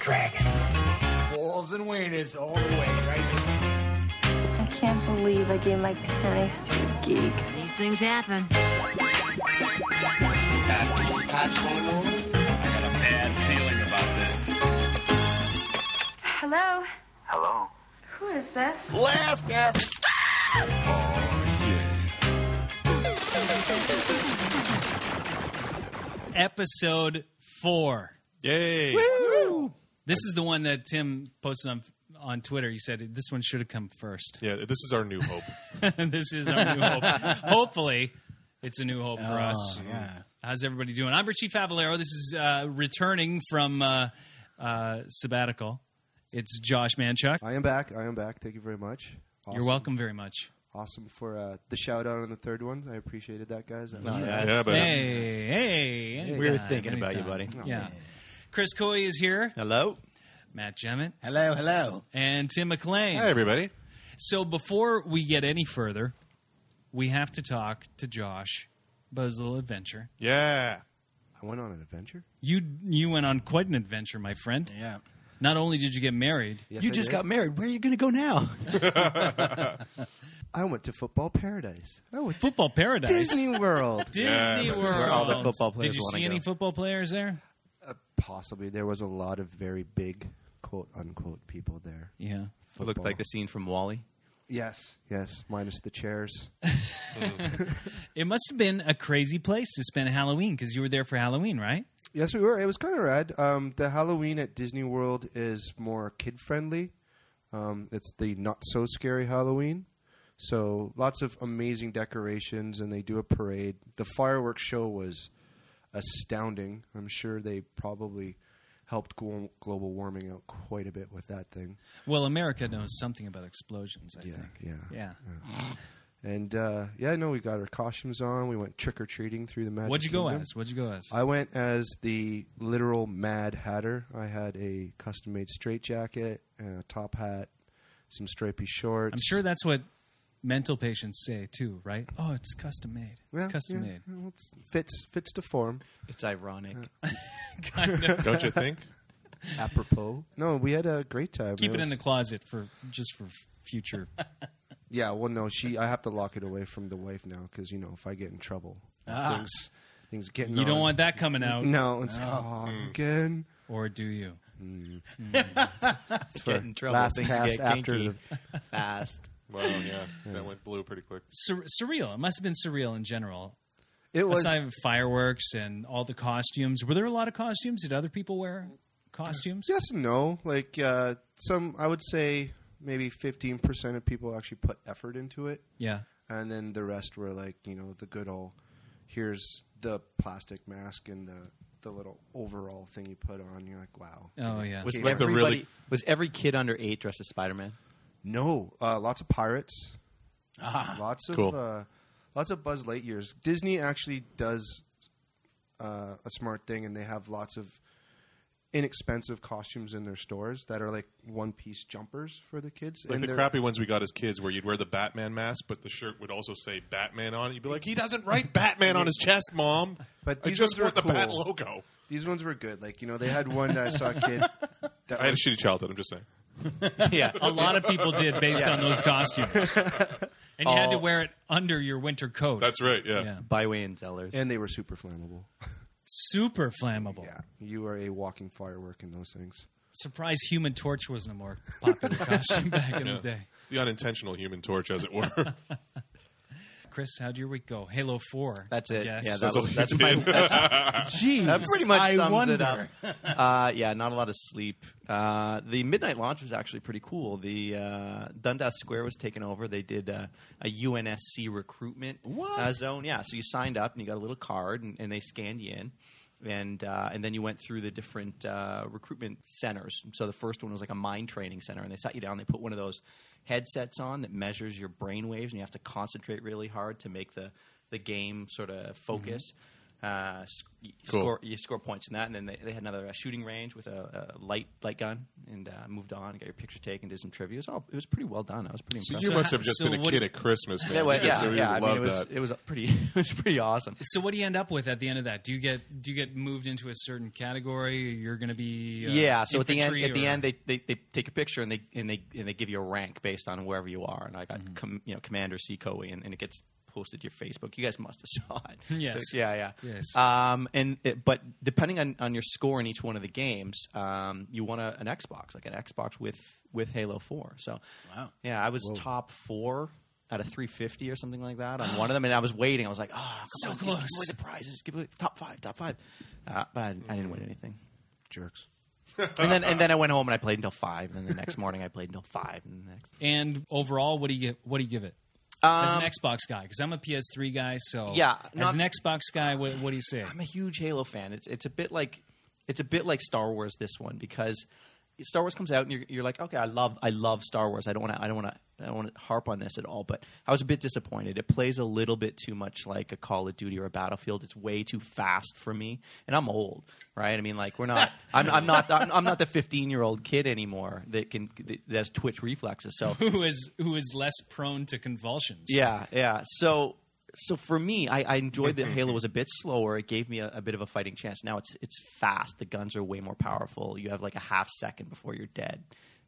dragon. Balls and wieners all the way, right? I can't believe I gave my panties to a geek. These things happen. I got a bad feeling about this. Hello? Hello? Who is this? Last guess. Episode four. Yay. This is the one that Tim posted on on Twitter. He said this one should have come first. Yeah, this is our new hope. this is our new hope. Hopefully, it's a new hope for us. Yeah. How's everybody doing? I'm Richie Favalero. This is uh, returning from uh, uh, sabbatical. It's Josh Manchuk. I am back. I am back. Thank you very much. Awesome. You're welcome very much. Awesome for uh, the shout out on the third one. I appreciated that, guys. Oh, That was- Yeah, but uh, Hey, hey. We were anytime, thinking about you, anytime. buddy. Yeah. Chris Coy is here. Hello? Matt Jemmett Hello, hello. and Tim McLean. hi everybody. So before we get any further, we have to talk to Josh about his little adventure. Yeah. I went on an adventure. You you went on quite an adventure, my friend. Yeah. Not only did you get married, Yes, you I just did. got married. Where are you going to go now? I went to football paradise. I Oh, went to football paradise, Disney World. Disney Yeah. World, Where all the football Did players you wanna see any go. football players there? Possibly there was a lot of very big quote unquote people there. Yeah. Looked like the scene from Wally. Yes, yes, minus the chairs. It must have been a crazy place to spend Halloween because you were there for Halloween, right? Yes, we were. It was kind of rad. Um, the Halloween at Disney World is more kid friendly. Um, it's the not so scary Halloween. So lots of amazing decorations, and they do a parade. The fireworks show was astounding. I'm sure they probably helped glo- global warming out quite a bit with that thing. Well, America knows something about explosions, I Yeah, think. yeah. Yeah. And uh, yeah, no, we got our costumes on. We went trick or treating through the magic. What'd you go Kingdom. as? What'd you go as? I went as the literal Mad Hatter. I had a custom made straitjacket, and a top hat, some stripy shorts. I'm sure that's what mental patients say too, right? Oh, it's custom made. Yeah, custom yeah, made. well, it's- fits fits to form. It's ironic. Don't you think? Apropos. No, we had a great time. Keep it in was- the closet for just for future. Yeah, well, no, she. I have to lock it away from the wife now because you know if I get in trouble, things things getting. Ah. you don't on. want that coming out, No, it's oh, again. or do you? for Get in trouble. last Things pass get after kinky fast. Well, yeah. That went blue pretty quick. Sur- surreal. It must have been surreal in general. It was Aside from fireworks and all the costumes, were there a lot of costumes? Did other people wear costumes? Yes and no. Like uh, some, I would say maybe fifteen percent of people actually put effort into it, Yeah. and then the rest were like, you know, the good old. Here's the plastic mask and the the little overall thing you put on. You're like, wow. Oh yeah. Was, Like the everybody, really- was every kid under eight dressed as Spider Man? No, uh, lots of pirates. lots of Cool. uh, lots of Buzz Lightyears. Disney actually does uh, a smart thing, and they have lots of inexpensive costumes in their stores that are like one piece jumpers for the kids. Like and the they're- crappy ones we got as kids where you'd wear the Batman mask, but the shirt would also say Batman on it. You'd be like, he doesn't write Batman on his chest, Mom. But I these just ones were want the Bat cool. logo. These ones were good. Like you know, they had one that I saw a kid. That I had a was- shitty childhood, I'm just saying. yeah. A lot of people did based on those costumes, and you had to All- wear it under your winter coat. That's right, yeah. Yeah. Byway and Zellers. and they were super flammable. Super flammable. Yeah, you are a walking firework in those things. Surprise! Human Torch wasn't a more popular costume back in the day. The unintentional human torch, as it were. Chris, how'd your week go? Halo Four. That's I it. guess. Yeah, that That's all was, you that's did. my. That's, Jeez. that pretty much I sums wonder. it up. Uh, yeah, not a lot of sleep. Uh, the midnight launch was actually pretty cool. The uh, Dundas Square was taken over. They did uh, a UNSC recruitment Uh, zone. Yeah, so you signed up and you got a little card, and, and they scanned you in. And uh, and then you went through the different uh, recruitment centers. So the first one was like a mind training center, and they sat you down. They put one of those headsets on that measures your brain waves, and you have to concentrate really hard to make the the game sort of focus. Uh, sc- you Cool. score, you score points in that, and then they, they had another uh, shooting range with a, a light light gun, and uh, moved on, got your picture taken, did some trivia. It was, all, it was pretty well done. I was pretty So impressed. you So must how- have just so been a what- kid at Christmas, man. Yeah, well, because yeah, you yeah. I would mean, love it was that. it was pretty it was pretty awesome. So what do you end up with at the end of that? Do you get do you get moved into a certain category? You're going to be uh, yeah. So at the end, infantry at the or- end, they, they, they take a picture and they and they and they give you a rank based on wherever you are. And I got Mm-hmm. com, you know Commander Sekoe, and, and it gets posted to your Facebook. You guys must have saw it. Yes. yeah. Yeah. Yes. Um. And it, but depending on, on your score in each one of the games, um, you want a, an Xbox, like an Xbox with with Halo Four. So Wow. Yeah, I was top four. Out of 350 or something like that on one of them, and I was waiting. I was like, "Oh, come So on, give- give away close. the prizes, give away top five, top five. Uh, but I, I didn't win anything Jerks. and then and then I went home and I played until five. And then the next morning I played until five. And the next And overall, what do you get? What do you give it? as an Xbox guy, because I'm a PS3 guy, so Um, Yeah, As not- an Xbox guy, what, what do you say? I'm a huge Halo fan. It's it's a bit like it's a bit like Star Wars this one because Star Wars comes out and you're, you're like okay I love I love Star Wars I don't want to I don't want to I don't want to harp on this at all but I was a bit disappointed it plays a little bit too much like a Call of Duty or a Battlefield it's way too fast for me and I'm old right I mean like we're not I'm, I'm not I'm, I'm not the 15 year old kid anymore that can that has twitch reflexes so who is who is less prone to convulsions? Yeah, yeah. So so for me, I, I enjoyed that Halo was a bit slower. It gave me a, a bit of a fighting chance. Now it's it's fast. The guns are way more powerful. You have like a half second before you're dead.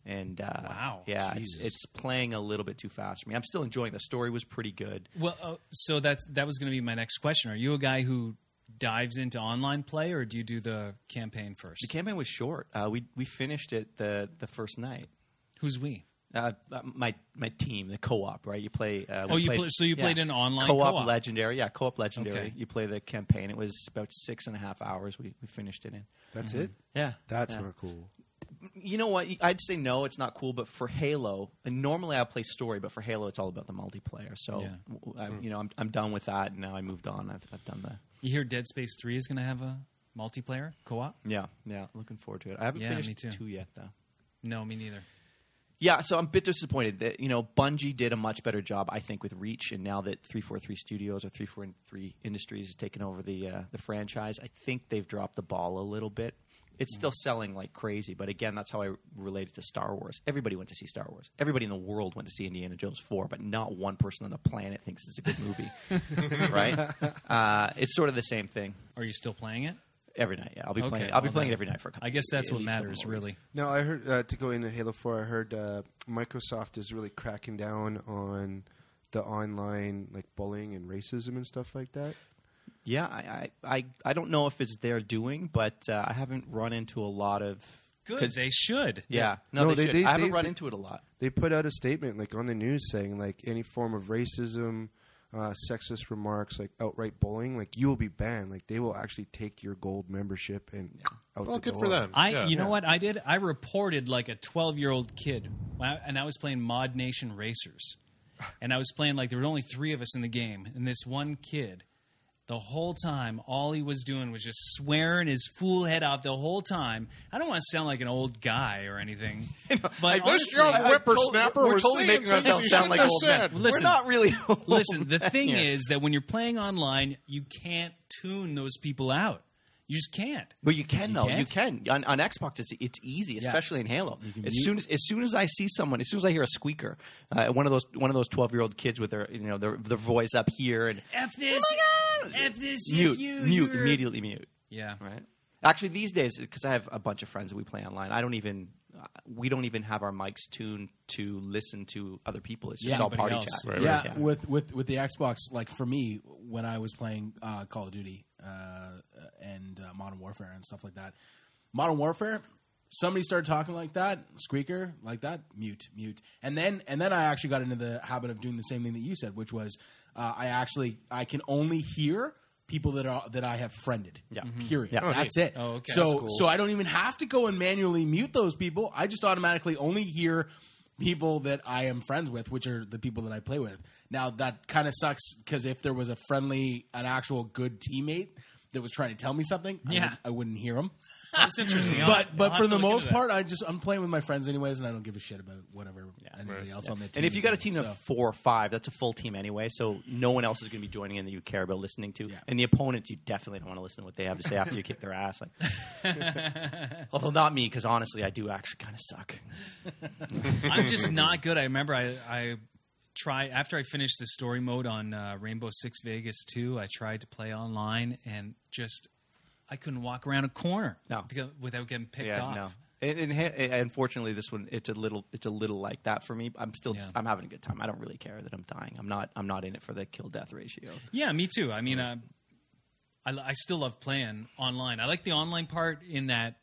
And uh, Wow, yeah, it's, it's playing a little bit too fast for me. I'm still enjoying. The story was pretty good. Well, uh, so that's that was going to be my next question. Are you a guy who dives into online play, or do you do the campaign first? The campaign was short. Uh, we we finished it the the first night. Who's we? Uh, my my team, the co-op, right? You play. Uh, we Oh, you played- play- so you played an online co-op, co-op. legendary, yeah, co-op legendary. Okay. You play the campaign. It was about six and a half hours. We we finished it in. That's it. Yeah, That's Mm-hmm. yeah. not cool. you know what? I'd say no, it's not cool. But for Halo, and normally I play story, but for Halo, it's all about the multiplayer. So, Yeah. w- I, you know, I'm I'm done with that. And now I moved on. I've I've done that. You hear Dead Space Three is going to have a multiplayer co-op? Yeah, yeah. Looking forward to it. I haven't Yeah, finished me too. two yet, though. No, me neither. Yeah, so I'm a bit disappointed that you know Bungie did a much better job, I think, with Reach, and now that 343 Studios or 343 Industries has taken over the uh, the franchise, I think they've dropped the ball a little bit. It's Mm. still selling like crazy, but again, that's how I relate it to Star Wars. Everybody went to see Star Wars. Everybody in the world went to see Indiana Jones 4, but not one person on the planet thinks it's a good movie, right? Uh, it's sort of the same thing Are you still playing it? every night. Yeah, I'll be Okay, playing. It. I'll be well, playing then- it every night for a couple. I guess that's at what least a couple matters, more weeks. really. No, I heard uh, to go into Halo Four. I heard uh, Microsoft is really cracking down on the online like bullying and racism and stuff like that. Yeah, I, I, I, I don't know if it's their doing, but uh, I haven't run into a lot of. Good. 'cause- They should. yeah, no, No, they, they- should. they- I haven't they- run they- into it a lot. They put out a statement like on the news saying like any form of racism, uh, sexist remarks, like outright bullying, like you will be banned. Like they will actually take your gold membership and out Well, the good door. for them. I, Yeah. you know what I did? I reported like a 12 year old kid, When I- and I was playing Mod Nation Racers, and I was playing like there were only three of us in the game, and this one kid, the whole time, all he was doing was just swearing his fool head off the whole time. I don't want to sound like an old guy or anything, but This young honestly- whippersnapper we're was totally saying making things ourselves he sound shouldn't like have old men. said. Listen, We're not really. old. Listen, the thing Yeah. is that when you're playing online, you can't tune those people out. You just can't. But you can though. You can't? can on, on Xbox. It's it's easy, especially in Halo. As soon as as soon as I see someone, as soon as I hear a squeaker, uh, one of those one of those twelve year old kids with their you know their their voice up here and F this. Oh my God! F this. mute if you, mute you're- immediately mute. Yeah. right? Actually, these days, because I have a bunch of friends that we play online, I don't even uh, we don't even have our mics tuned to listen to other people. It's just Yeah. all party Somebody else. chat. Right, yeah, with with with the Xbox, like for me, when I was playing uh, Call of Duty uh, and uh, Modern Warfare and stuff like that, Modern Warfare, somebody started talking like that, squeaker like that, mute, mute, and then and then I actually got into the habit of doing the same thing that you said, which was uh, I actually I can only hear people that are that I have friended. Yeah. period. Yeah. Oh, That's it. Oh, okay. So That's cool. so I don't even have to go and manually mute those people. I just automatically only hear people that I am friends with, which are the people that I play with. Now that kind of sucks because if there was a friendly, an actual good teammate that was trying to tell me something, I Yeah. would- I, wouldn't hear him. That's interesting. I'll- But but I'll for have to the look most into that. part, I just I'm playing with my friends anyways, and I don't give a shit about whatever anybody Right. else on the team. And if is you got a doing, team of so. four or five, that's a full team anyway. So no one else is going to be joining in that you care about listening to. Yeah. And the opponents, you definitely don't want to listen to what they have to say after you kick their ass. Like, although not me, because honestly, I do actually kind of suck. I'm just not good. I remember I I tried after I finished the story mode on uh, Rainbow Six Vegas 2. I tried to play online and just I couldn't walk around a corner No. to- without getting picked off. no. And, and ha- unfortunately, this one it's a little it's a little like that for me. I'm still Yeah. I'm having a good time. I don't really care that I'm dying. I'm not I'm not in it for the kill death ratio. Yeah, me too. I mean, uh, I, I still love playing online. I like the online part in that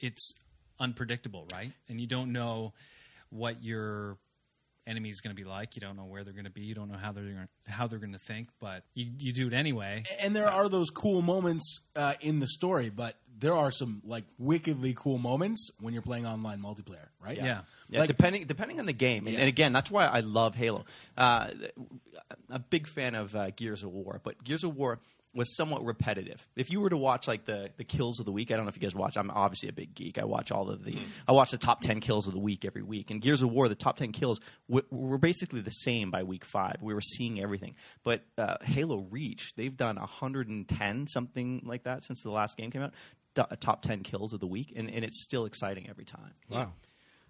it's unpredictable, right? And you don't know what your enemy is going to be like. You don't know where they're going to be. You don't know how they're gonna, how they're going to think, but you, you do it anyway. and there are those cool moments uh, in the story, but there are some like wickedly cool moments when you're playing online multiplayer, right? Yeah. Yeah, Like- depending depending on the game, and, and again, that's why I love Halo. Uh, I'm a big fan of uh, Gears of War, but Gears of War was somewhat repetitive. If you were to watch like the the kills of the week, I don't know if you guys watch. I'm obviously a big geek. I watch all of the I watch the top ten kills of the week every week. And Gears of War, the top ten kills w- were basically the same by week five. We were seeing everything. But uh, Halo Reach, they've done 110 something like that since the last game came out. Do- top ten kills of the week, and, and it's still exciting every time Wow.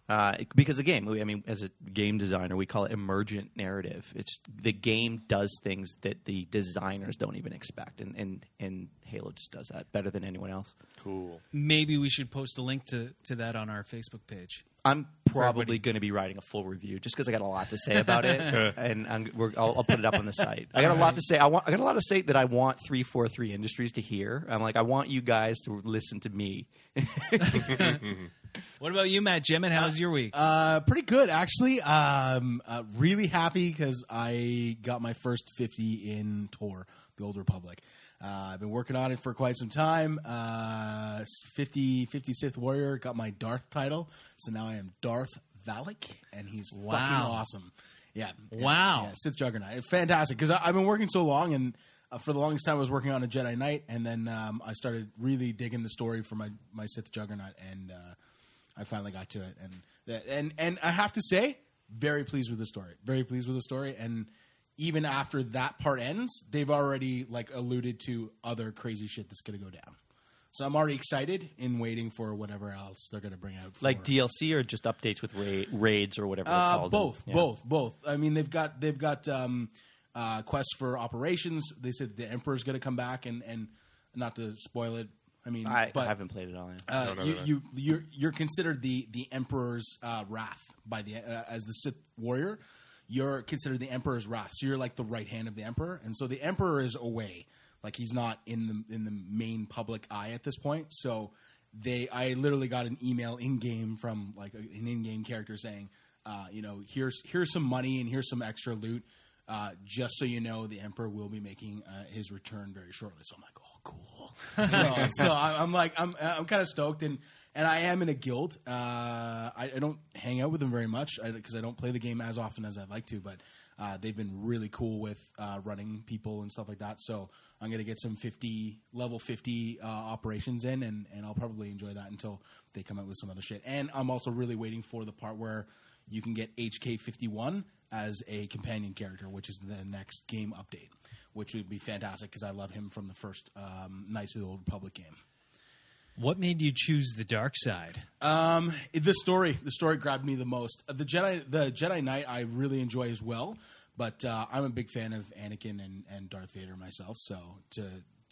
uh, because the game. we- I mean, as a game designer, we call it emergent narrative. It's the game does things that the designers don't even expect, and and, and Halo just does that better than anyone else. Cool. Maybe we should post a link to, to that on our Facebook page. I'm probably going to be writing a full review just because I got a lot to say about it, and I'm, we're, I'll, I'll put it up on the site. I got a lot to say. I want. I got a lot to say that I want three four three industries to hear. I'm like, I want you guys to listen to me. What about you, Matt Jimin? How's your week? Uh, pretty good actually. Um, uh, really happy because I got my first 50 in Tor, the Old Republic. Uh, I've been working on it for quite some time. Uh, 50, 56th Warrior got my Darth title, so now I am Darth Valak, and he's Wow. fucking awesome. Yeah. yeah, Wow. Yeah, Sith Juggernaut. Fantastic. Because I've been working so long, and uh, for the longest time, I was working on a Jedi Knight, and then um, I started really digging the story for my, my Sith Juggernaut, and uh, I finally got to it. And, that- and, and I have to say, very pleased with the story. Very pleased with the story. And even after that part ends, they've already like alluded to other crazy shit that's going to go down. So I'm already excited in waiting for whatever else they're going to bring out. For Like DLC or just updates with ra- raids or whatever. they're uh, called. both, Yeah. both, both. I mean, they've got they've got um, uh, quests for operations. They said the emperor's going to come back, and and not to spoil it. I mean, I, but I haven't played it all. yet. uh, No, no, you, no, no. you you're you're considered the the emperor's uh, wrath by the uh, as the Sith warrior. You're considered the emperor's wrath, so you're like the right hand of the emperor, and so the emperor is away, like he's not in the in the main public eye at this point. So they, I literally got an email in game from like a- an in game character saying, uh, you know, here's here's some money and here's some extra loot. Uh, just so you know, the emperor will be making uh, his return very shortly. So I'm like, oh, cool. so, so I- I'm like, I'm I'm kind of stoked, and and I am in a guild. Uh, I, I don't hang out with them very much because I, don't play the game as often as I'd like to, but. Uh, they've been really cool with uh, running people and stuff like that, so I'm gonna get some 50 level 50 uh, operations in, and, and I'll probably enjoy that until they come out with some other shit. And I'm also really waiting for the part where you can get HK51 as a companion character, which is the next game update, which would be fantastic because I love him from the first um, Knights of the Old Republic game. what made you choose the dark side? Um, the story, the story grabbed me the most. Uh, The Jedi, the Jedi Knight, I really enjoy as well. But uh, I'm a big fan of Anakin and, and Darth Vader myself. So to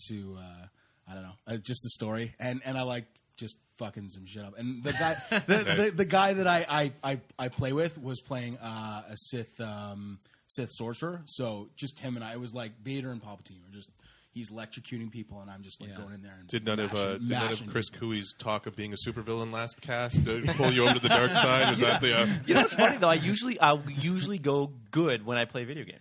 to uh, I don't know, uh, just the story, and and I like just fucking some shit up. And the guy, the, the, the guy that I, I I I play with was playing uh, a Sith um, Sith sorcerer. So just him and I, it was like Vader and Palpatine were just. He's electrocuting people, and I'm just like Yeah. going in there and Did none of uh, mashing- did none mashing of Chris people. Cooey's talk of being a supervillain last cast uh, pull you over to the dark side? Is that the uh, You know what's funny though? I usually I usually go good when I play a video game.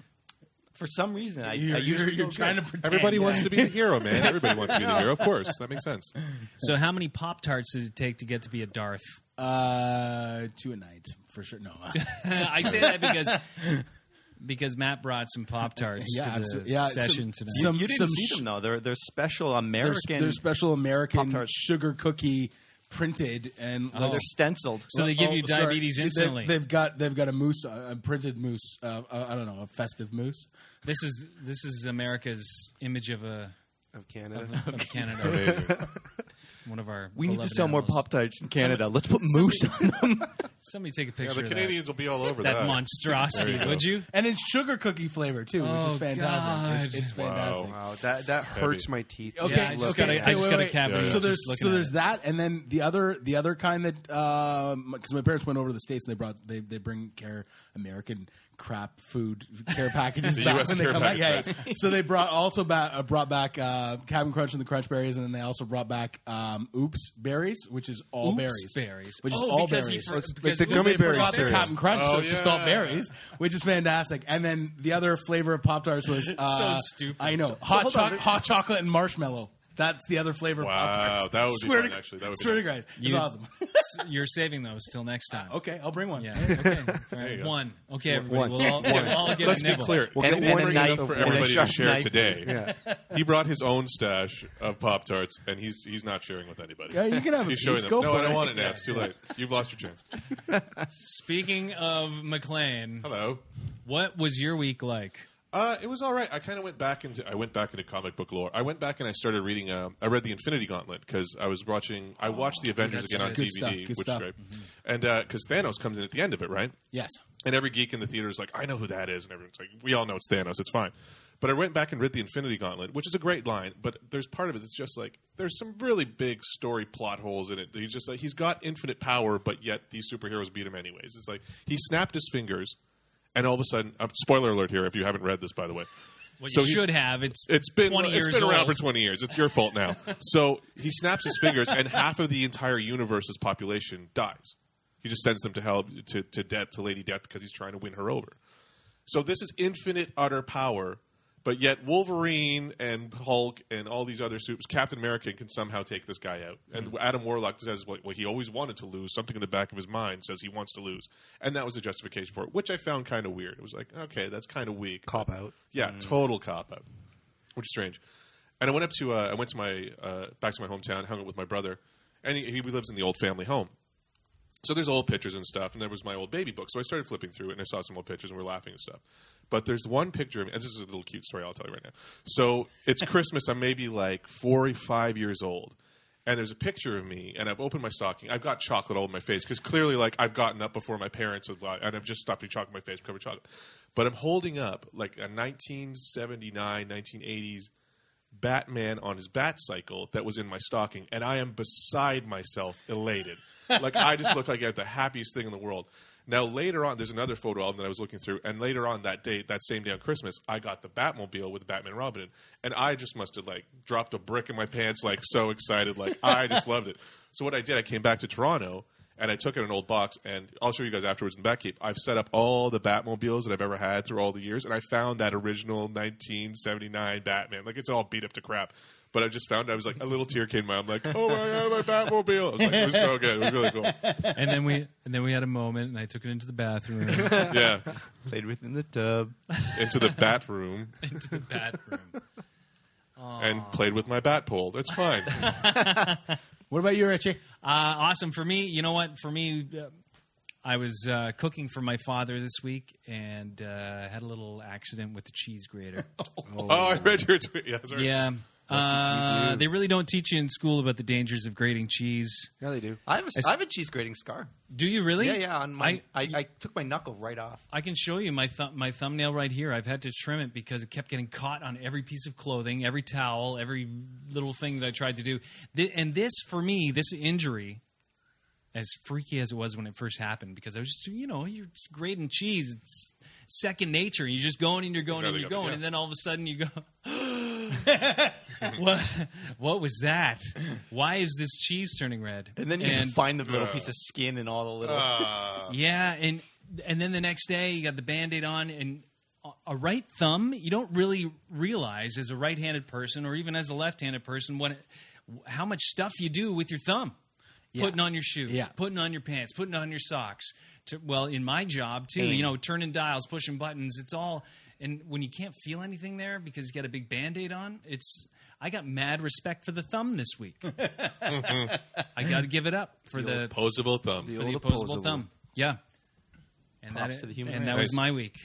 For some reason, I, You're, I you're, usually you're go trying to good. pretend. everybody yeah. wants to be the hero, man? Everybody wants to be the hero. Of course, that makes sense. So, how many Pop Tarts does it take to get to be a Darth? Uh, two a night for sure. No, I say that because because Matt brought some Pop Tarts Yeah, to the absolutely. Yeah, it's session some- tonight. some- you didn't sh- see them though. They're they're special They're, American. they're special American Pop-Tarts. sugar cookie printed and They're like, stenciled. Oh. So they give you diabetes sorry. instantly. They, have got they've got a moose, uh, a printed moose. Uh, uh, I don't know, a festive moose. this is this is America's image of a of Canada. of, of Canada. Amazing. One of our we need to beloved sell more animals. Pop Tarts in Canada. Let's put moose on them. Somebody take a yeah, picture. the of Canadians will be all over That, that. that monstrosity, There you go. would you? And it's sugar cookie flavor too, which Oh, is fantastic. It's, God. it's fantastic. Wow. Wow, that that hurts my teeth. Okay, Yeah, I just okay, got a- I okay, just wait, got a wait. cavity Yeah, yeah. So just there's looking so at there's it. that, and then the other the other kind that because my parents went over to the states and they brought they they bring care American crap food care packages The back US when they care come back. Yeah, package, yeah. so they brought also ba- uh, brought back uh, Cabin Crunch and the Crunch Berries, and then they also brought back um, Oops Berries, which is all Oops berries, berries. which is Oh, all because he berries. for- It's because like the gummy they forgot berry the cereal. Captain Crunch, Oh, so it's just all yeah. berries, which is fantastic. And then the other flavor of Pop Tarts was uh, stupid. I know So- hot, choc- hot chocolate and marshmallow. That's the other flavor. of Wow, Pop-Tarts. that would be swear fun, to, actually. That would be swear nice. to guys, it's You- awesome. S- You're saving those till next time. Okay, I'll bring one. Yeah. Okay. All you right. go. One. Okay, everybody. We'll all, we'll all get Let's a be nibble. clear. We'll And- get and one a ring knife of for one. for everybody to sharp share knife, today. Yeah. He brought his own stash of Pop Tarts, and he's he's not sharing with anybody. Yeah, you can have a He's showing piece. them. Go no, for I don't it." want it now. It's too late. You've lost your chance. Speaking of McLean, Hello. what was your week like? Uh, it was all right. I kind of went back into I went back into comic book lore. I went back and I started reading. Uh, I read the Infinity Gauntlet because I was watching. I watched the Avengers that's again on Oh, good DVD, stuff, good which stuff. Mm-hmm. is great. And because Thanos comes in at the end of it, right? Yes. And every geek in the theater is like, I know who that is. And everyone's like, we all know it's Thanos. It's fine. But I went back and read The Infinity Gauntlet, which is a great line, but there's part of it that's just like, there's some really big story plot holes in it. He's just like, he's got infinite power, but yet these superheroes beat him anyways. It's like, he snapped his fingers, and all of a sudden, uh, spoiler alert here if you haven't read this, by the way. What So you he's- should have. It's It's been 20 it's years been around old. for 20 years. It's your fault now. so he snaps his fingers, and half of the entire universe's population dies. He just sends them to hell, to, to death, to Lady Death, because he's trying to win her over. So this is infinite, utter power, but yet Wolverine and Hulk and all these other supers, Captain America can somehow take this guy out. Mm-hmm. And Adam Warlock says, well, well, he always wanted to lose. Something in the back of his mind says he wants to lose. And that was the justification for it, which I found kind of weird. It was like, okay, that's kind of weak. Cop out. Yeah, total cop out, which is strange. And I went up to uh, I went to my uh, back to my hometown, hung out with my brother, and he, he lives in the old family home. So there's old pictures and stuff, and there was my old baby book. So I started flipping through it, and I saw some old pictures, and we are laughing and stuff. But there's one picture, of me, and this is a little cute story I'll tell you right now. So it's Christmas. I'm maybe like four or five years old, and there's a picture of me, and I've opened my stocking. I've got chocolate all in my face because clearly, like, I've gotten up before my parents, and I'm just stuffing chocolate in my face, covered chocolate. But I'm holding up like a 1979, 1980s Batman on his bat cycle that was in my stocking, and I am beside myself elated. like I just look like I have the happiest thing in the world. Now later on, there's another photo album that I was looking through, and later on that day, that same day on Christmas, I got the Batmobile with Batman and Robin, in, and I just must have like dropped a brick in my pants, like so excited, like I just loved it. So what I did, I came back to Toronto and I took it in an old box, and I'll show you guys afterwards in the back keep. I've set up all the Batmobiles that I've ever had through all the years, and I found that original 1979 Batman. Like, it's all beat up to crap. But I just found I was like, a little tear came in my eye. I'm like, oh my God, my Batmobile. I was like, it was so good. It was really cool. And then we and then we had a moment, and I took it into the bathroom, Yeah. Played with in the tub. Into the bat room into the bathroom. Uh, and played with my bat pole. That's fine. What about you, Richie? Uh, awesome for me. You know what? For me, uh, I was uh, cooking for my father this week and uh, had a little accident with the cheese grater. Oh, I read your tweet. Yeah, sorry. yeah. Uh, do? they really don't teach you in school about the dangers of grating cheese. Yeah, they do. I have a, s- I have a cheese grating scar. Do you really? Yeah, yeah. On my, I, I, I, took my knuckle right off. I can show you my th- my thumbnail right here. I've had to trim it because it kept getting caught on every piece of clothing, every towel, every little thing that I tried to do. Th- and this, for me, this injury, as freaky as it was when it first happened, because I was just, you know, you're just grating cheese. It's second nature. You're just going and you're going Yeah, and they you're gotta going. go. And then all of a sudden you go, what, what was that? Why is this cheese turning red? And then you find the little piece of skin and all the little. Yeah, and and then the next day you got the band-aid on and a- a right thumb you don't really realize as a right-handed person or even as a left-handed person what how much stuff you do with your thumb. Yeah. putting on your shoes, Yeah. putting on your pants, putting on your socks. To, well, in my job too, Aim. you know, turning dials, pushing buttons. It's all. And when you can't feel anything there because you got a big band aid on, it's. I got mad respect for the thumb this week. I got to give it up for the, Opposable thumb. The for the old opposable opposable. thumb. Yeah. And Props that, to the human and that race. was my week.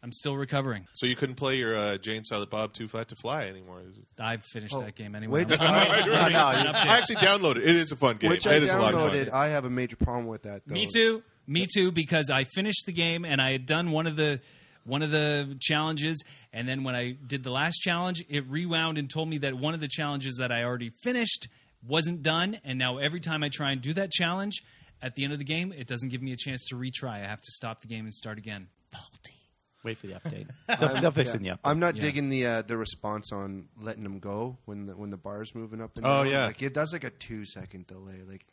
I'm still recovering. so you couldn't play your uh, Jane Silent Bob Too Flat to Fly anymore. I finished that game anyway. Wait, I'm- I'm waiting for an update. I actually downloaded it. It is a fun game. Which I It is a lot of downloaded. fun. I have a major problem with that. Though. Me too. Me too. Because I finished the game and I had done one of the one of the challenges, and then when I did the last challenge, it rewound and told me that one of the challenges that I already finished wasn't done, and now every time I try and do that challenge, at the end of the game, it doesn't give me a chance to retry. I have to stop the game and start again. Wait for the update. They'll, they'll fix it in the update. I'm not Yeah. digging the uh, the response on letting them go when the when the bar's moving up. And Oh, down. yeah. like it does like a two second delay. Like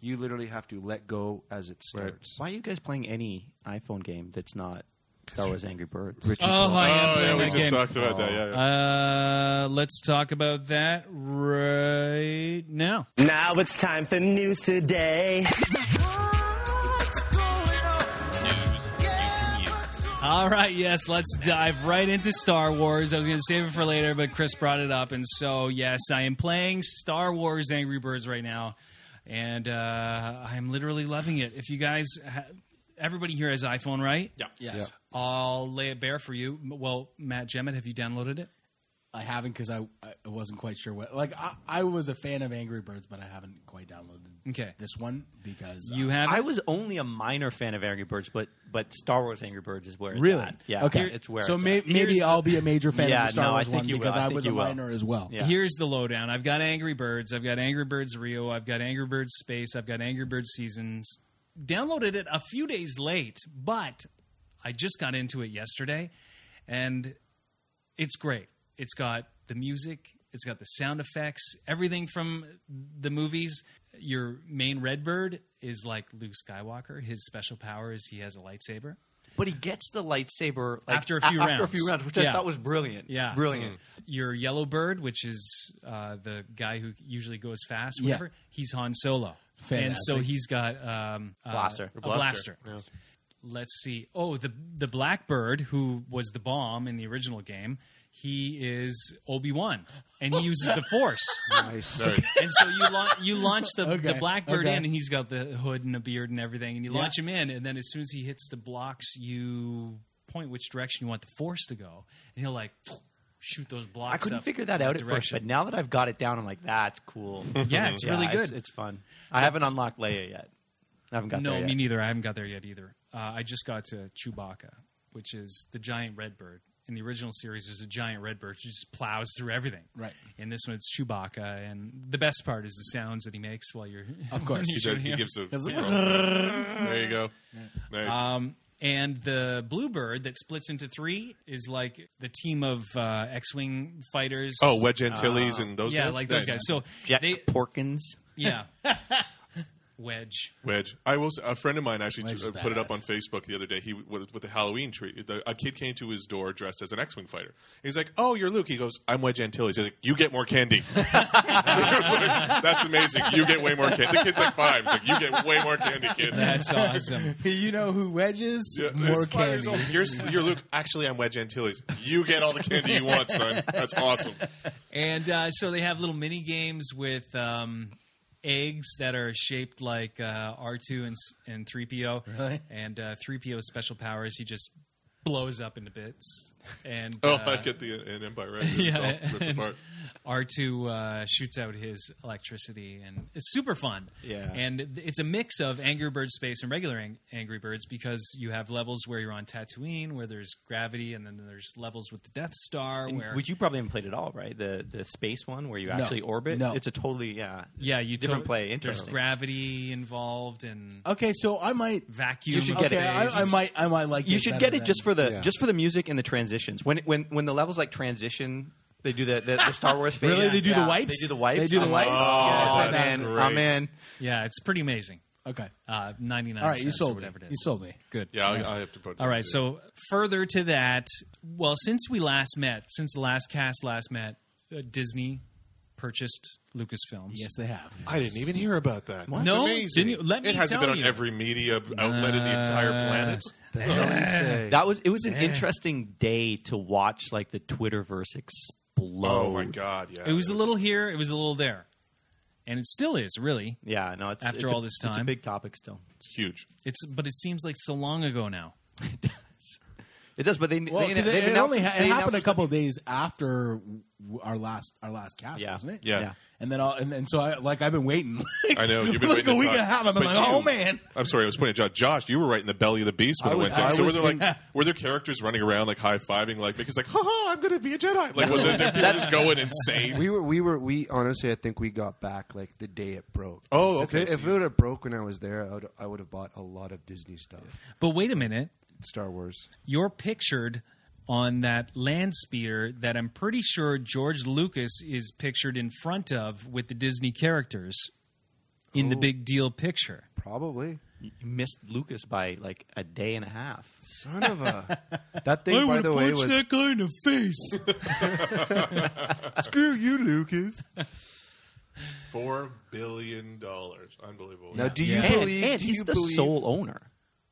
you literally have to let go as it starts. Why are you guys playing any iPhone game that's not Star Wars Angry Birds? Oh, I am Oh, playing yeah, we that just game. Oh, talked about that. Yeah, yeah. Uh, let's talk about that right now. Now it's time for news today. All right, yes, let's dive right into Star Wars. I was going to save it for later, but Chris brought it up, and so yes, I am playing Star Wars Angry Birds right now, and uh, I'm literally loving it. If you guys, ha- everybody here has iPhone, right? yeah. Yes. I'll lay it bare for you. M- Well, Matt Gemmett, have you downloaded it? I haven't because I, I wasn't quite sure what. Like I, I was a fan of Angry Birds, but I haven't quite downloaded Okay. this one because You uh, have. I was only a minor fan of Angry Birds, but but Star Wars Angry Birds is where it's really at. Yeah, okay. it's where. so it's may, at. maybe Here's I'll be a major fan Yeah, of the Star no, I Wars think one you will. because I I, think was you a will. minor as well. Yeah. Here's the lowdown. I've got Angry Birds. I've got Angry Birds Rio. I've got Angry Birds Space. I've got Angry Birds Seasons. Downloaded it a few days late, but I just got into it yesterday, and it's great. It's got the music. It's got the sound effects. Everything from the movies. Your main Redbird is like Luke Skywalker. His special power is he has a lightsaber. but he gets the lightsaber like, After a few after a rounds. few rounds, which I Yeah. thought was brilliant. Yeah. Mm. brilliant. Your Yellow Bird, which is uh, the guy who usually goes fast, Yeah. whatever, he's Han Solo. And Fantastic. so he's got um, uh, Blaster. a Blaster. blaster. Let's see. Oh, the the Blackbird, who was the bomb in the original game, he is Obi Wan, and he uses the Force. Nice. Sorry. and so you launch you launch the, Okay, the Blackbird okay. in, and he's got the hood and a beard and everything, and you launch him in, and then as soon as he hits the blocks, you point which direction you want the Force to go, and he'll like shoot those blocks. I couldn't up figure that out at first, direction. but now that I've got it down, I'm like, that's cool. yeah, it's Yeah, really good. It's, it's fun. I haven't unlocked Leia yet. I haven't got no, there yet. me neither. I haven't got there yet either. Uh, I just got to Chewbacca, which is the giant red bird. In the original series, there's a giant red bird who just plows through everything. Right. In this one, it's Chewbacca, and the best part is the sounds that he makes while you're. Of course. He does. He Yeah. gives a. Does it- there you go. Nice. Um, and the blue bird that splits into three is like the team of uh, X-wing fighters. oh, Wedge Antilles and those. yeah, guys? like Nice. those guys. So Jack they, Porkins. yeah, wedge. Wedge. I will. s- A friend of mine actually Wedge is uh, put it up badass. on Facebook the other day. He with, with the Halloween tree. The, a kid came to his door dressed as an X-wing fighter. He's like, "Oh, you're Luke." He goes, "I'm Wedge Antilles." He's like, "You get more candy." That's amazing. You get way more candy. The kid's like five. He's like, "You get way more candy, kid." That's awesome. You know who wedges Yeah, more it's five years candy. old. You're, s- you're Luke. Actually, I'm Wedge Antilles. You get all the candy you want, son. That's awesome. And uh, so they have little mini games with um, eggs that are shaped like uh, R2 and s- and 3PO. Really? And uh, 3PO's special power is he just blows up into bits. And Oh, uh, I get the an Empire Red. Yeah. Yeah, ripped apart. R2 uh, shoots out his electricity, and it's super fun. Yeah. And th- it's a mix of Angry Bird Space and regular ang- Angry Birds because you have levels where you're on Tatooine, where there's gravity, and then there's levels with the Death Star, And where Which you probably haven't played at all, right? The the space one where you actually orbit. No. It's a totally yeah. yeah, you different to- play. There's Interesting. gravity involved and Okay, so I might. vacuum. You should of get Okay, it. space. I, I might. I might like. you should get it just for the Yeah. just for the music and the transitions. When when when the levels like transition, they do the the, the Star Wars phase. Really? They do the wipes? They do the wipes. They do the I'm wipes? like, Oh, yes, that's I'm in. great. I'm in. Yeah, it's pretty amazing. okay. Uh, Ninety nine. All right, you cents or sold me. whatever it is. You sold me. Good. Yeah, I, I have to put. All right. So further to that, well, since we last met, since the last cast last met, uh, Disney purchased Lucasfilms. Yes, they have. I didn't even hear about that. That's No? amazing. Didn't you- let me it has tell been on you. Uh, oh every media outlet in the entire planet. Wednesday. That was it was an interesting day to watch like the Twitterverse explode. Oh my god! Yeah, It was a little here, it was a little there. And it still is, really. Yeah, no, it's After it's a- all this it's a time. big topic still. It's huge. It's but it seems like so long ago now. It does, but they Well, they, 'cause they it, it announced- only ha- they it happened a announced- couple of days after w- our last our last cast, Yeah. wasn't it? Yeah. Yeah. And then all, and, and so I like I've been waiting. Like, I know you've been like waiting a to week talk. and a half. I've been But like, oh you- man. I'm sorry, I was pointing at Josh. Josh, you were right in the belly of the beast when I it was- went down. I So were was there in- like were there characters running around like high fiving, like because like, ha ha, I'm gonna be a Jedi. Like was it people just going insane? we were, we were, we honestly, I think we got back like the day it broke. Oh, If okay, it, so if you- it would have broke when I was there, I would, I would have bought a lot of Disney stuff, But wait a minute. Star Wars. You're pictured on that land speeder that I'm pretty sure George Lucas is pictured in front of with the Disney characters in the big deal picture. Probably. You missed Lucas by like a day and a half. Son of a. That thing, by the way, was. guy in the face. Screw you, Lucas. Four billion dollars, unbelievable. Now, do you Yeah. and, believe. and do he's you the believe, sole owner.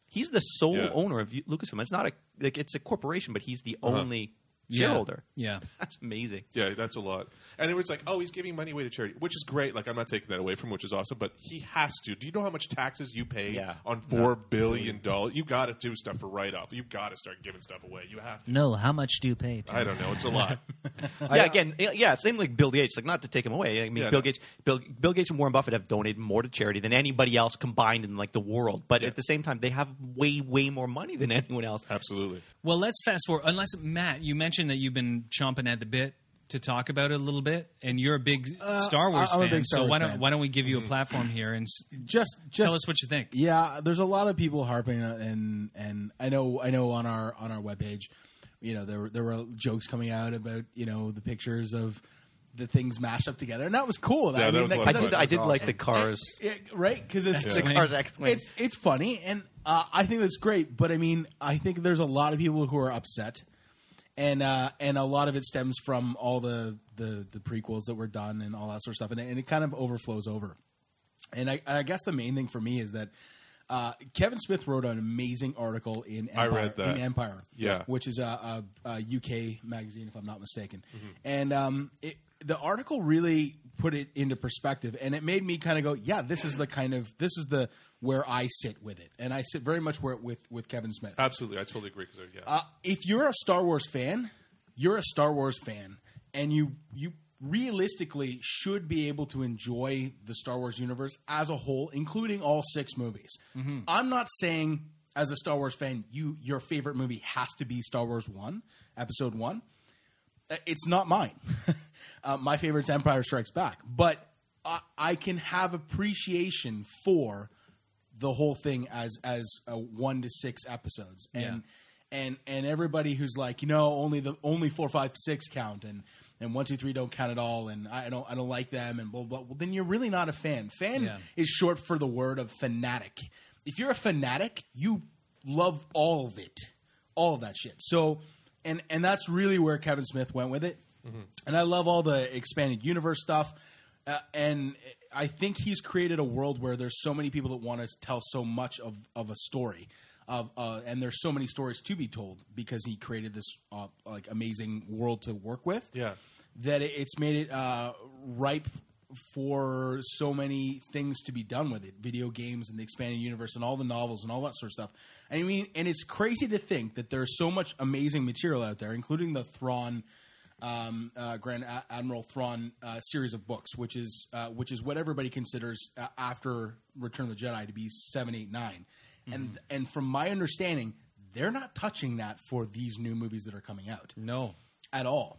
He's the sole Yeah. owner of Lucasfilm. It's not a like it's a corporation, but he's the Uh-huh. only shareholder. Yeah. That's amazing. Yeah, that's a lot. And it was like, oh, he's giving money away to charity, which is great. Like, I'm not taking that away from, him, which is awesome. But he has to. Do you know how much taxes you pay Yeah. on four billion dollars? You got to do stuff for write off. You got to start giving stuff away. You have to. No, how much do you pay? I don't know. It's a lot. yeah, again, yeah, same like Bill Gates. Like not to take him away. I mean, Yeah, Bill no. Gates, Bill, Bill Gates and Warren Buffett have donated more to charity than anybody else combined in like the world. But Yeah. at the same time, they have way, way more money than anyone else. Uh, Absolutely. Well, let's fast forward. Unless Matt, you mentioned that you've been chomping at the bit to talk about it a little bit, and you're a big Star Wars Uh, I'm a fan. big Star so Wars why don't fan. Mm-hmm. why don't we give you a platform here and s- Just just tell us what you think? Yeah, there's a lot of people harping on- and and I know I know on our on our webpage, you know, there were there were jokes coming out about, you know, the pictures of the things mashed up together. And that was cool. Yeah, I that mean, was like, a lot I of that's- did, fun. I did like the cars. Yeah, right? Because it's The Wing. cars X-Wing. it's it's funny, and uh, I think that's great. But I mean, I think there's a lot of people who are upset, and uh, and a lot of it stems from all the, the the prequels that were done and all that sort of stuff, and, it- and it kind of overflows over. And I, I guess the main thing for me is that uh, Kevin Smith wrote an amazing article in Empire, I read that. in Empire, Yeah. which is a, a, a UK magazine, if I'm not mistaken. And um, it, the article really put it into perspective, and it made me kind of go, "Yeah, this is the kind of this is the where I sit with it." And I sit very much where with with Kevin Smith. Absolutely. I totally agree. 'cause, yeah. if you're a Star Wars fan, you're a Star Wars fan, and you you realistically should be able to enjoy the Star Wars universe as a whole, including all six movies. I'm not saying as a Star Wars fan, you your favorite movie has to be Star Wars One, Episode One. Uh, It's not mine. uh, my favorite's Empire Strikes Back, but I, I can have appreciation for the whole thing as as uh, one to six episodes and and and everybody who's like you know only the only four five six count and and one two three don't count at all and I don't I don't like them and blah blah. Well, then you're really not a fan. Fan Yeah. is short for the word of fanatic. If you're a fanatic, you love all of it, all of that shit. So and and that's really where Kevin Smith went with it. And I love all the expanded universe stuff. Uh, and I think he's created a world where there's so many people that want to tell so much of, of a story, of uh, and there's so many stories to be told because he created this uh, like amazing world to work with. Yeah. that it, it's made it uh, ripe for so many things to be done with it video games and the expanded universe and all the novels and all that sort of stuff i mean and it's crazy to think that there's so much amazing material out there including the thrawn um, uh, Grand A- Admiral Thrawn uh, series of books, which is uh, which is what everybody considers uh, after Return of the Jedi to be seven, eight, nine, and and from my understanding, they're not touching that for these new movies that are coming out No. at all.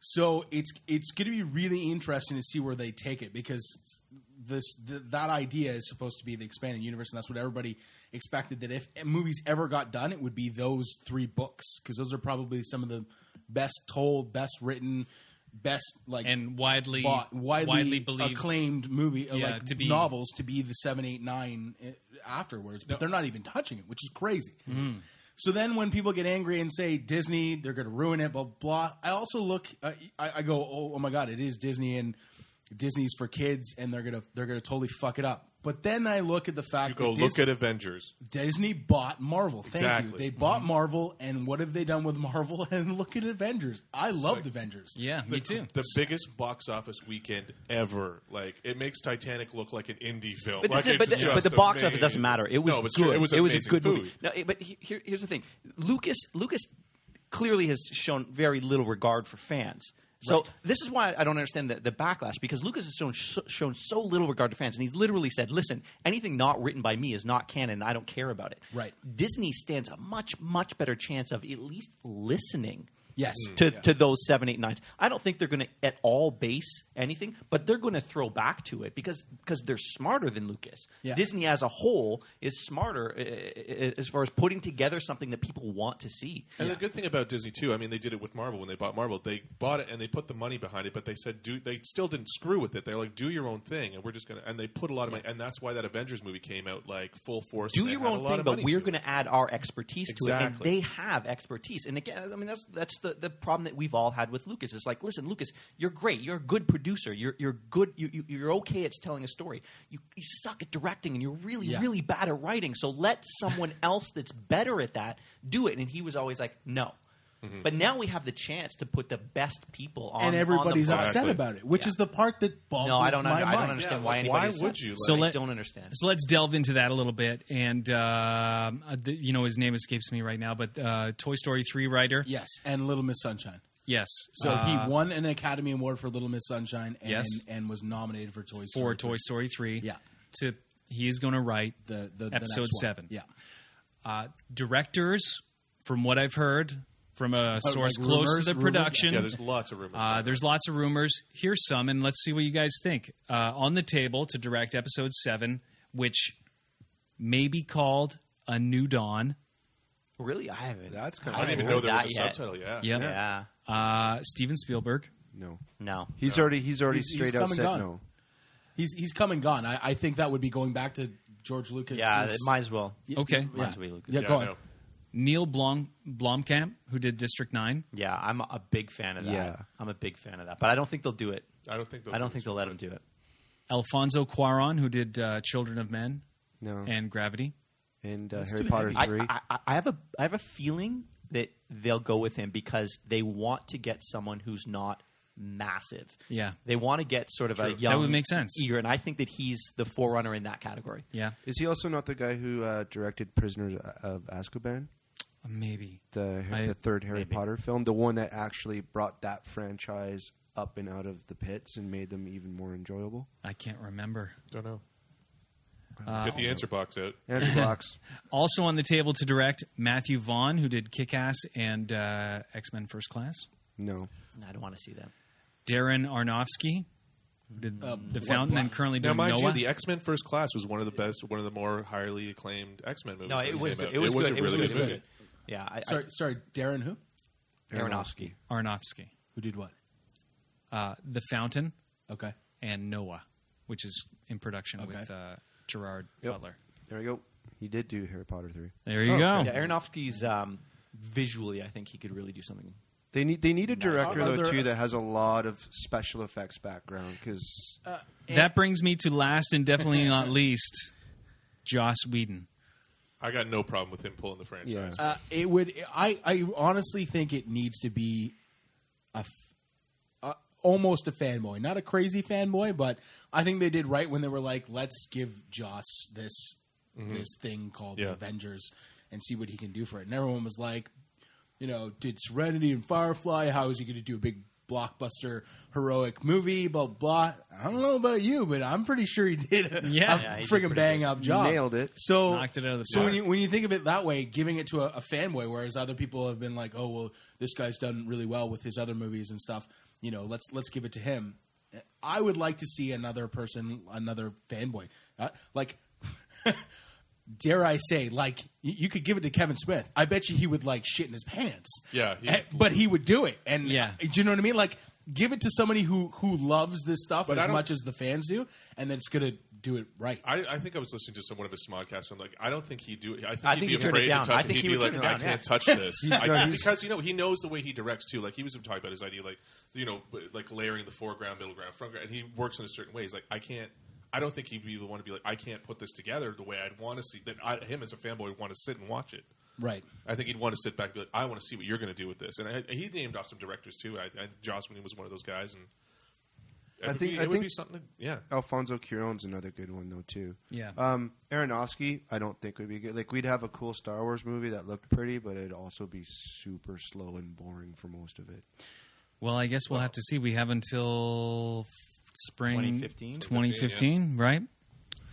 So it's it's going to be really interesting to see where they take it because this th- that idea is supposed to be the expanded universe, and that's what everybody expected. That if movies ever got done, it would be those three books because those are probably some of the best told, best written, best like And widely bought, widely, widely believed. acclaimed movie uh, Yeah, like to be- eh, Mm-hmm. novels to be the seven, eight, nine uh, afterwards, but they're not even touching it, which is crazy. So then when people get angry and say Disney, they're going to ruin it, blah, blah, I also look, I, I I go, oh, oh my God, it is Disney and Disney's for kids and they're going to, they're going to totally fuck it up. But then I look at the fact You go that look Disney, at Avengers. Disney bought Marvel. Thank you. Exactly. They bought Mm-hmm. Marvel, and what have they done with Marvel? And look at Avengers. I loved like- Avengers. Yeah, me too. The biggest box office weekend ever. Like it makes Titanic look like an indie film. But, like, the, but, it's the, but just the box amazing. office doesn't matter. It was no, it's good. True. It was, a amazing good food. movie. No, it- but he- here, here's the thing: Lucas Lucas clearly has shown very little regard for fans. So this is why I don't understand the, the backlash because Lucas has shown so, shown so little regard to fans, and he's literally said, "Listen, anything not written by me is not canon. and I don't care about it." Right. Disney stands a much much better chance of at least listening. Yes. To, to those seven, eight, nines. I don't think they're going to at all base anything, but they're going to throw back to it because because they're smarter than Lucas. Yeah. Disney as a whole is smarter uh, uh, as far as putting together something that people want to see. And the good thing about Disney too, I mean, they did it with Marvel when they bought Marvel. They bought it and they put the money behind it, but they said do they still didn't screw with it. They're like, do your own thing, and we're just gonna. And they put a lot of money, and that's why that Avengers movie came out like full force. Do and they your had own a lot thing, of but money we're to it. going to add our expertise to it, and Exactly. they have expertise. And again, I mean, that's that's the, the problem that we've all had with Lucas. It's like, listen, Lucas, you're great. You're a good producer. You're you're good. You, you, you're okay at telling a story. You you suck at directing, and you're really Yeah. really bad at writing. So let someone else that's better at that do it. And he was always like, no. Mm-hmm. But now we have the chance to put the best people on. on and the everybody's product. upset Exactly. about it, which Yeah. is the part that boggles No, I don't. my Under, I mind. don't understand Yeah, why like, anybody. why is would upset. you? So I let- don't understand. So let's delve into that a little bit, and uh, the, you know his name escapes me right now, but uh, Toy Story three writer, Yes, and Little Miss Sunshine. yes, So uh, he won an Academy Award for Little Miss Sunshine and, Yes. and was nominated for Toy for Story. Toy Story three, Yeah. to he is going to write the, the, the episode next one. seven. Yeah. uh, directors, from what I've heard from a source Oh, like close rumors, to the rumors? production, Yeah, there's lots of rumors. Uh, there's lots of rumors. Here's some, and let's see what you guys think. Uh, on the table to direct episode seven, which may be called A New Dawn. Really, I haven't. That's kinda I didn't even haven't know there was heard a that yet. subtitle. Yeah. Yep. Yeah. Uh, Steven Spielberg. No, No. he's already he's already He's- he's straight come out and said gone. no. He's he's come and gone. I, I think that would be going back to George Lucas. Yeah, it might as well. Okay. Might as well be Lucas. Yeah, Yeah, go I on. know. Neil Blom- Blomkamp, who did District Nine. Yeah, I'm a big fan of that. Yeah. I'm a big fan of that. But I don't think they'll do it. I don't think. they'll I don't do think it. they'll let him do it. Alfonso Cuaron, who did uh, Children of Men No, and, and Gravity. uh, That's Harry too Potter heavy. I, three. I, I- I have a I have a feeling that they'll go with him because they want to get someone who's not massive. Yeah. They want to get sort of a True. young would make sense. eager and I think that he's the forerunner in that category. Yeah, Is he also not the guy who uh, directed Prisoners of Azkaban, Uh, maybe. the I- the third Harry maybe. Potter film, the one that actually brought that franchise up and out of the pits and made them even more enjoyable? I can't remember. Don't know. Get uh, the answer box out. Andrew Box. Also on the table to direct Matthew Vaughn, who did Kick Ass and uh, X Men First Class. No. I don't want to see that. Darren Aronofsky, who did The what Fountain black- and currently Now, doing mind Noah. you, the X Men First Class was one of the best, one of the more highly acclaimed X Men movies. No, that it came was out. it was a good. It was good. really good It was movie. good. Yeah, I, Sorry, sorry, Darren who? I, Aronofsky. Aronofsky, Who did what? uh, The Fountain, Okay. and Noah, which is in production Okay. with uh, Gerard Yep. Butler. There we go. He did do Harry Potter three. There you go. Oh, Yeah, Aronofsky's um, visually I think he could really do something. They need they need a director Are though there- too that has a lot of special effects background because That brings me to last and definitely not least, Joss Whedon. I got no problem with him pulling the franchise. Yeah. Uh, it would. I, I honestly think it needs to be a, f- a- almost a fanboy, not a crazy fanboy, but I think they did right when they were like, let's give Joss this Mm-hmm. this thing called Yeah. the Avengers and see what he can do for it. And everyone was like, you know, did Serenity and Firefly? How is he going to do a big blockbuster heroic movie? Blah blah. I don't know about you, but I'm pretty sure he did a, Yeah. a Yeah, he did friggin' bang up job. Nailed it. So Knocked it out of the So when park. you when you think of it that way, giving it to a, a fanboy, whereas other people have been like, "Oh, well, this guy's done really well with his other movies and stuff." You know, let's let's give it to him. I would like to see another person, another fanboy, Uh, like. Dare I say, like y- you could give it to Kevin Smith. I bet you he would like shit in his pants. Yeah, he- Eh, but he would do it. And uh, Yeah. do you know what I mean? Like, give it to somebody who who loves this stuff But I as don't- much as the fans do, and then it's gonna do it right. I, I think I was listening to some one of his smodcasts. and I'm like, I don't think he'd do it. I think I he'd think be he'd turn it afraid to down. I touch it. think He'd he be would like, turn it I down, can't yeah. touch this. I no, can't, he's- because you know he knows the way he directs too. Like he was talking about his idea, like you know, like layering the foreground, middle ground, front ground, and he works in a certain way. He's like, I can't. I don't think he'd be the one to be like, I can't put this together the way I'd want to see. That I, him as a fanboy would want to sit and watch it. Right. I think he'd want to sit back and be like, I want to see what you're going to do with this. And I, he named off some directors too. I, I, Joss Whedon was one of those guys, and it I would think- be, I it would think- be something. To, yeah, Alfonso Cuarón's another good one though too. Yeah. Um, Aronofsky, I don't think would be good. Like we'd have a cool Star Wars movie that looked pretty, but it'd also be super slow and boring for most of it. Well, I guess we'll have to see. We have until f- spring 2015? 2015, right?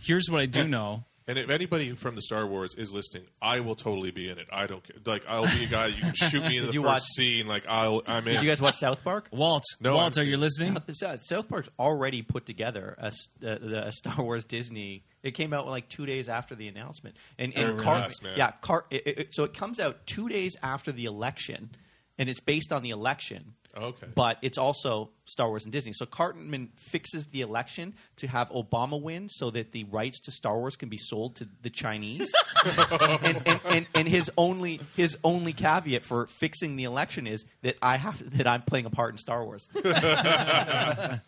Here's what I do know. And if anybody from the Star Wars is listening, I will totally be in it. I don't care. Like I'll be a guy you can shoot me in the you first watch- scene. Like I'll I'm Did in. you guys watch South Park? Walt, No, I Walt, haven't are you seen it. listening? South, uh, South Park's already put together a, s- uh, the- a Star Wars Disney. It came out like two days after the announcement, and, and Oh, really? Cartman, Yes, man. yeah, Car- it, it- it- so it comes out two days after the election, and it's based on the election. Okay. but it's also Star Wars and Disney. So Cartman fixes the election to have Obama win, so that the rights to Star Wars can be sold to the Chinese. and, and, and, and his only his only caveat for fixing the election is that I have that I'm playing a part in Star Wars. That's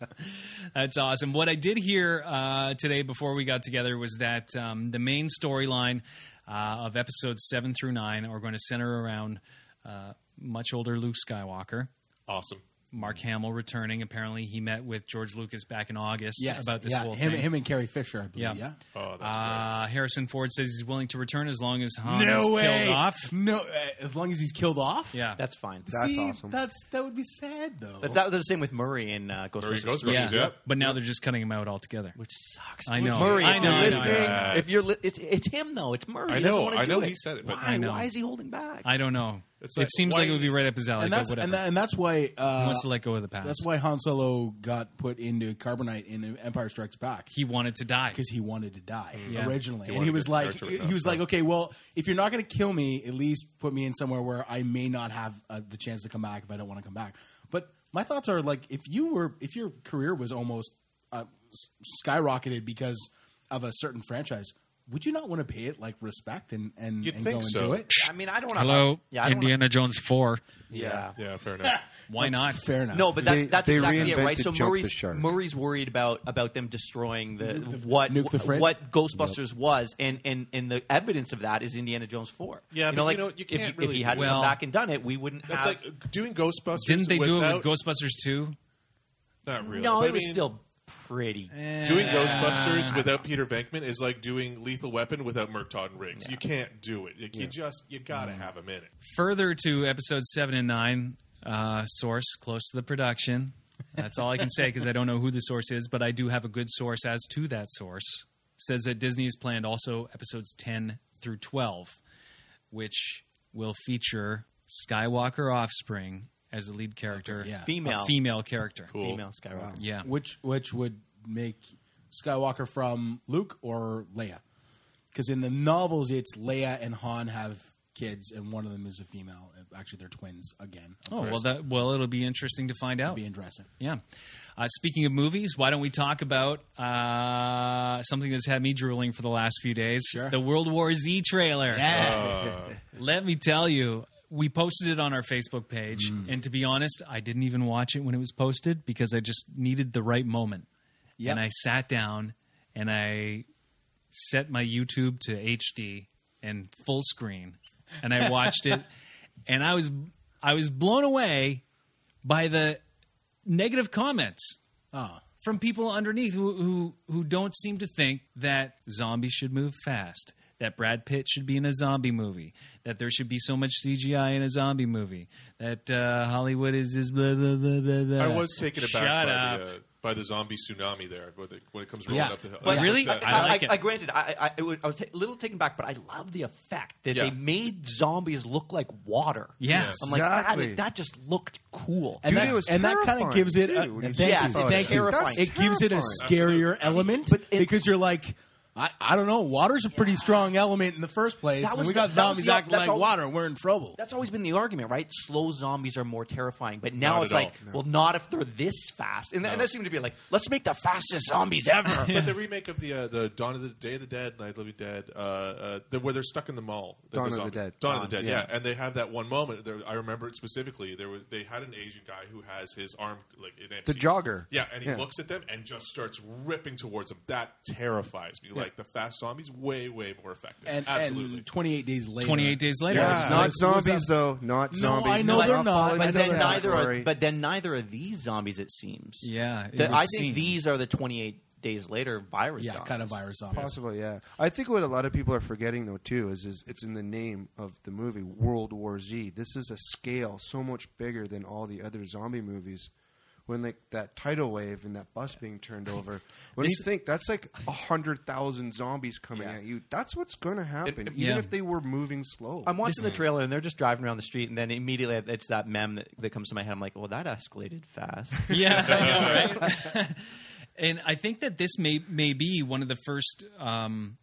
awesome. What I did hear uh, today before we got together was that um, the main storyline uh, of episodes seven through nine are going to center around uh, much older Luke Skywalker. awesome. Mm. Mark Hamill returning. Apparently, he met with George Lucas back in August about this yeah, whole him, thing. him and Carrie Fisher, I believe. Yeah. Yeah. Oh, that's uh, Harrison Ford says he's willing to return as long as Han is no way. Um, killed off. No, uh, as long as he's killed off. Yeah, That's fine. That's See, awesome. That's that would be sad though. But that was the same with Murray in uh, Ghostbusters. great. Murray Ghostbusters. yeah. Yeah. But now they're just cutting him out altogether. Which sucks. I know. Murray, I if know, you're I know, listening, I know. if you're, li- it's, it's him though. It's Murray. I He doesn't know, wanna I do know he said it, but- why? I know. Why is he holding back? I don't know. It's it like, seems why- like it would be right up his alley. and but that's whatever. and, that, and that's why he uh, wants to let go of the past. that's why Han Solo got put into carbonite in Empire Strikes Back. he wanted to die. because he wanted to die Yeah. originally, Mm-hmm. He and he wanted was to like, nurture it, he was yeah. like, okay, well, if you're not going to kill me, at least put me in somewhere where I may not have uh, the chance to come back if I don't want to come back. But my thoughts are like, if you were, if your career was almost uh, s- skyrocketed because of a certain franchise, would you not want to pay it like respect and and, You'd and think go and so. do it? I mean, I don't want to. Hello, Yeah, I don't Indiana Jones four. Wanna, yeah. Yeah, fair enough. Why not? Fair enough. No, but that's They- that's they exactly it, right? reinvented So Jump the Murray's Shark. Murray's worried about about them destroying the, what nuke the fridge? what Ghostbusters was, and, and and the evidence of that is Indiana Jones four. Yeah, you but know, like you know, you if- can't if, really he hadn't do come that. back and done it, we wouldn't That's have. like doing Ghostbusters. Didn't they do it with without- Ghostbusters two? Not really. no, but it was I mean, still pretty. doing Ghostbusters without Peter Venkman is like doing Lethal Weapon without Murk Todd and Riggs. You can't do it. Like, You just you Mm. gotta have him in it. Further to episodes seven and nine, uh, source close to the production. That's all I can say because I don't know who the source is, but I do have a good source as to that source. Says that Disney has planned also episodes ten through twelve, which will feature Skywalker offspring as the lead character, Yeah. Female. a female character. Cool. Female Skywalker. Yeah, which which would make Skywalker from Luke or Leia, because in the novels it's Leia and Han have kids, and one of them is a female. Actually, they're twins again. of Oh course. well, that well, it'll be interesting to find out. be interesting. Yeah. Uh, speaking of movies, why don't we talk about uh, something that's had me drooling for the last few days? Sure. The World War Z trailer. Uh, Let me tell you, we posted it on our Facebook page, and to be honest, I didn't even watch it when it was posted because I just needed the right moment. Yep. And I sat down and I set my YouTube to HD and full screen, and I watched it, and I was I was blown away by the negative comments Oh. from people underneath who, who who don't seem to think that zombies should move fast, that Brad Pitt should be in a zombie movie, that there should be so much CGI in a zombie movie, that uh, Hollywood is just blah blah blah blah. blah. I was taken aback Shut by up. the uh, by the zombie tsunami there when it- when it comes rolling Yeah. up the hill. But I really? took that- I like it. I, granted, I, I, I was I was ta- a little taken back, but I love the effect that Yeah. they made zombies look like water. Yes. I'm like that- Exactly. that. just looked cool. And Dude, that, it was and that kind of terrifying, gives it. too, when A, you thank think Yes, you, about thank it. you. That's It gives it a terrifying. scarier element But it- because you're like, I, I don't know. Water's a pretty strong element in the first place. That and was we the- got that was zombies the- acting that's like all- water. We're in trouble. That's always been the argument, right? Slow zombies are more terrifying. But now Not it's at like, well, not if they're this fast. And, that and that seemed to be like, let's make the fastest zombies ever. But the remake of the uh, the Dawn of the Day of the Dead, Night of the Living Dead, uh, uh, the, where they're stuck in the mall. Dawn of the zombie- Dead. Dawn, of the Dawn, Dead. Yeah. yeah. and they have that one moment. There, I remember it specifically. There was they had an Asian guy who has his arm like an The jogger. Yeah, and he Yeah. looks at them and just starts ripping towards them. That terrifies me. Like the fast zombies, way way more effective. and, Absolutely. and 28 days later. 28 days later. Yeah. Yeah. It's not What's up? zombies though. Not No, zombies. I know Not they're fall not, into but but that then neither are, category. but then neither are these zombies. It seems. Yeah, The- it would I think seem. these are the 28 days later virus. Yeah, zombies. kind of virus zombies. Possible, yeah. I think what a lot of people are forgetting though too is, is it's in the name of the movie World War Z. This is a scale so much bigger than all the other zombie movies. When like that tidal wave and that bus being turned over, when This- you think that's like a hundred thousand zombies coming Yeah. at you, that's what's going to happen. it- even yeah. if they were moving slow, I'm watching the trailer and they're just driving around the street, and then immediately it's that mem that, that comes to my head. I'm like, well, that escalated fast. Yeah, I know, right? and I think that this may may be one of the first um,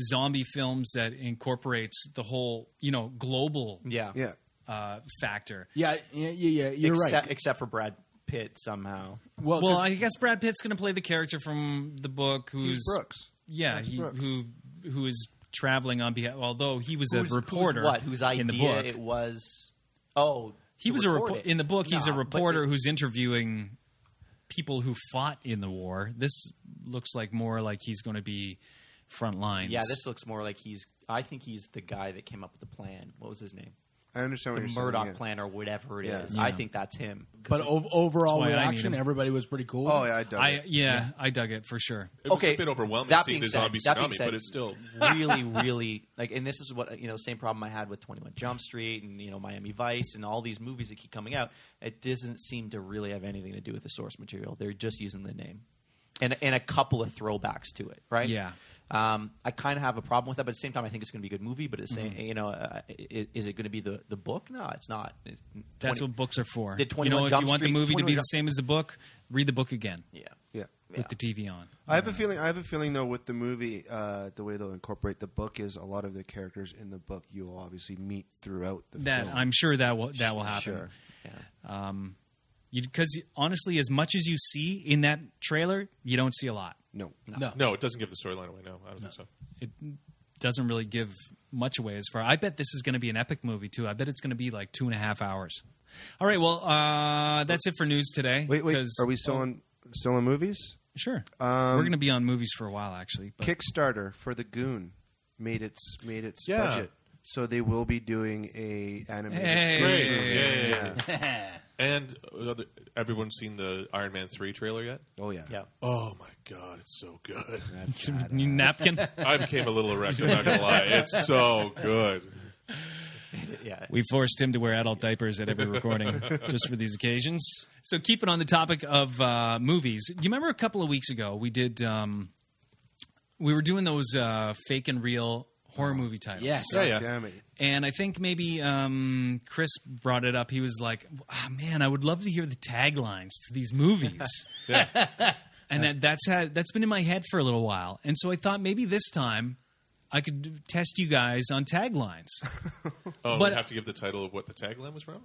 zombie films that incorporates the whole you know global yeah, yeah. uh, factor. Yeah, yeah, yeah, yeah. You're except, right. Except for Brad Pitt somehow. Well, Well, 'cause- I guess Brad Pitt's going to play the character from the book, who's He's Brooks. Yeah, That's he, Brooks. who who is traveling on behalf. Although he was Who's- a who's reporter, what? Whose idea in the book. it was? Oh, he to was a record repo- it. in the book. He's Nah, a but reporter it- who's interviewing people who fought in the war. This looks like more like he's going to be front lines. yeah, this looks more like he's. I think he's the guy that came up with the plan. What was his name? I understand The what you're Murdoch saying. yeah. plan or whatever it is. Yeah. I think that's him. 'Cause but ov- overall why I need reaction, him. everybody was pretty cool. Oh yeah, I dug I yeah, it. I dug it for sure. it was okay, a bit overwhelming that seeing being the said- zombie that being tsunami, said- but it's still really, really like, and this is what you know, same problem I had with Twenty One Jump Street and you know Miami Vice and all these movies that keep coming out. It doesn't seem to really have anything to do with the source material. They're just using the name, and and a couple of throwbacks to it, right? Yeah. Um, I kind of have a problem with that, but at the same time, I think it's going to be a good movie. But at the Mm-hmm. same, you know, uh, i- i- is it going to be the the book? No, it's not. It- That's 20 what books are for. Did you 21 know, if Jump you want the Street- movie to 21 be the Jump- same as the book, read the book again yeah. Yeah. Yeah. with the TV on. I have a feeling. I have a feeling though with the movie, uh, the way they'll incorporate the book is a lot of the characters in the book you will obviously meet throughout the That film. I'm sure that will that will happen. Sure. Yeah. Because honestly, as much as you see in that trailer, you don't see a lot. no, no. no. It doesn't give the storyline away. No, I don't think so. It doesn't really give much away as far. I bet this is going to be an epic movie too. I bet it's going to be like two and a half hours. All right. Well, uh, that's it for news today. Wait, wait. 'cause- oh. Are we still on still on movies? Sure. Um, We're going to be on movies for a while, actually. But Kickstarter for the Goon made its made its Yeah. budget, so they will be doing a animated. Hey. Goon Great. Yeah. Yeah. and uh, the- everyone's seen the Iron Man three trailer yet? Oh yeah, Yeah. Oh my god, it's so good. New napkin. I became a little erect. I'm not gonna lie. It's so good. Yeah. We forced him to wear adult diapers at every recording just for these occasions. So, keeping on the topic of uh, movies, do you remember a couple of weeks ago we did um, we were doing those uh, fake and real horror movie titles? Yes. Oh, Yeah, yeah. Damn it. and I think maybe um, Chris brought it up. He was like, Ah "Man, I would love to hear the taglines to these movies." and that, that's had that's been in my head for a little while. And so I thought maybe this time I could test you guys on taglines. Oh, But- we have to give the title of what the tagline was from.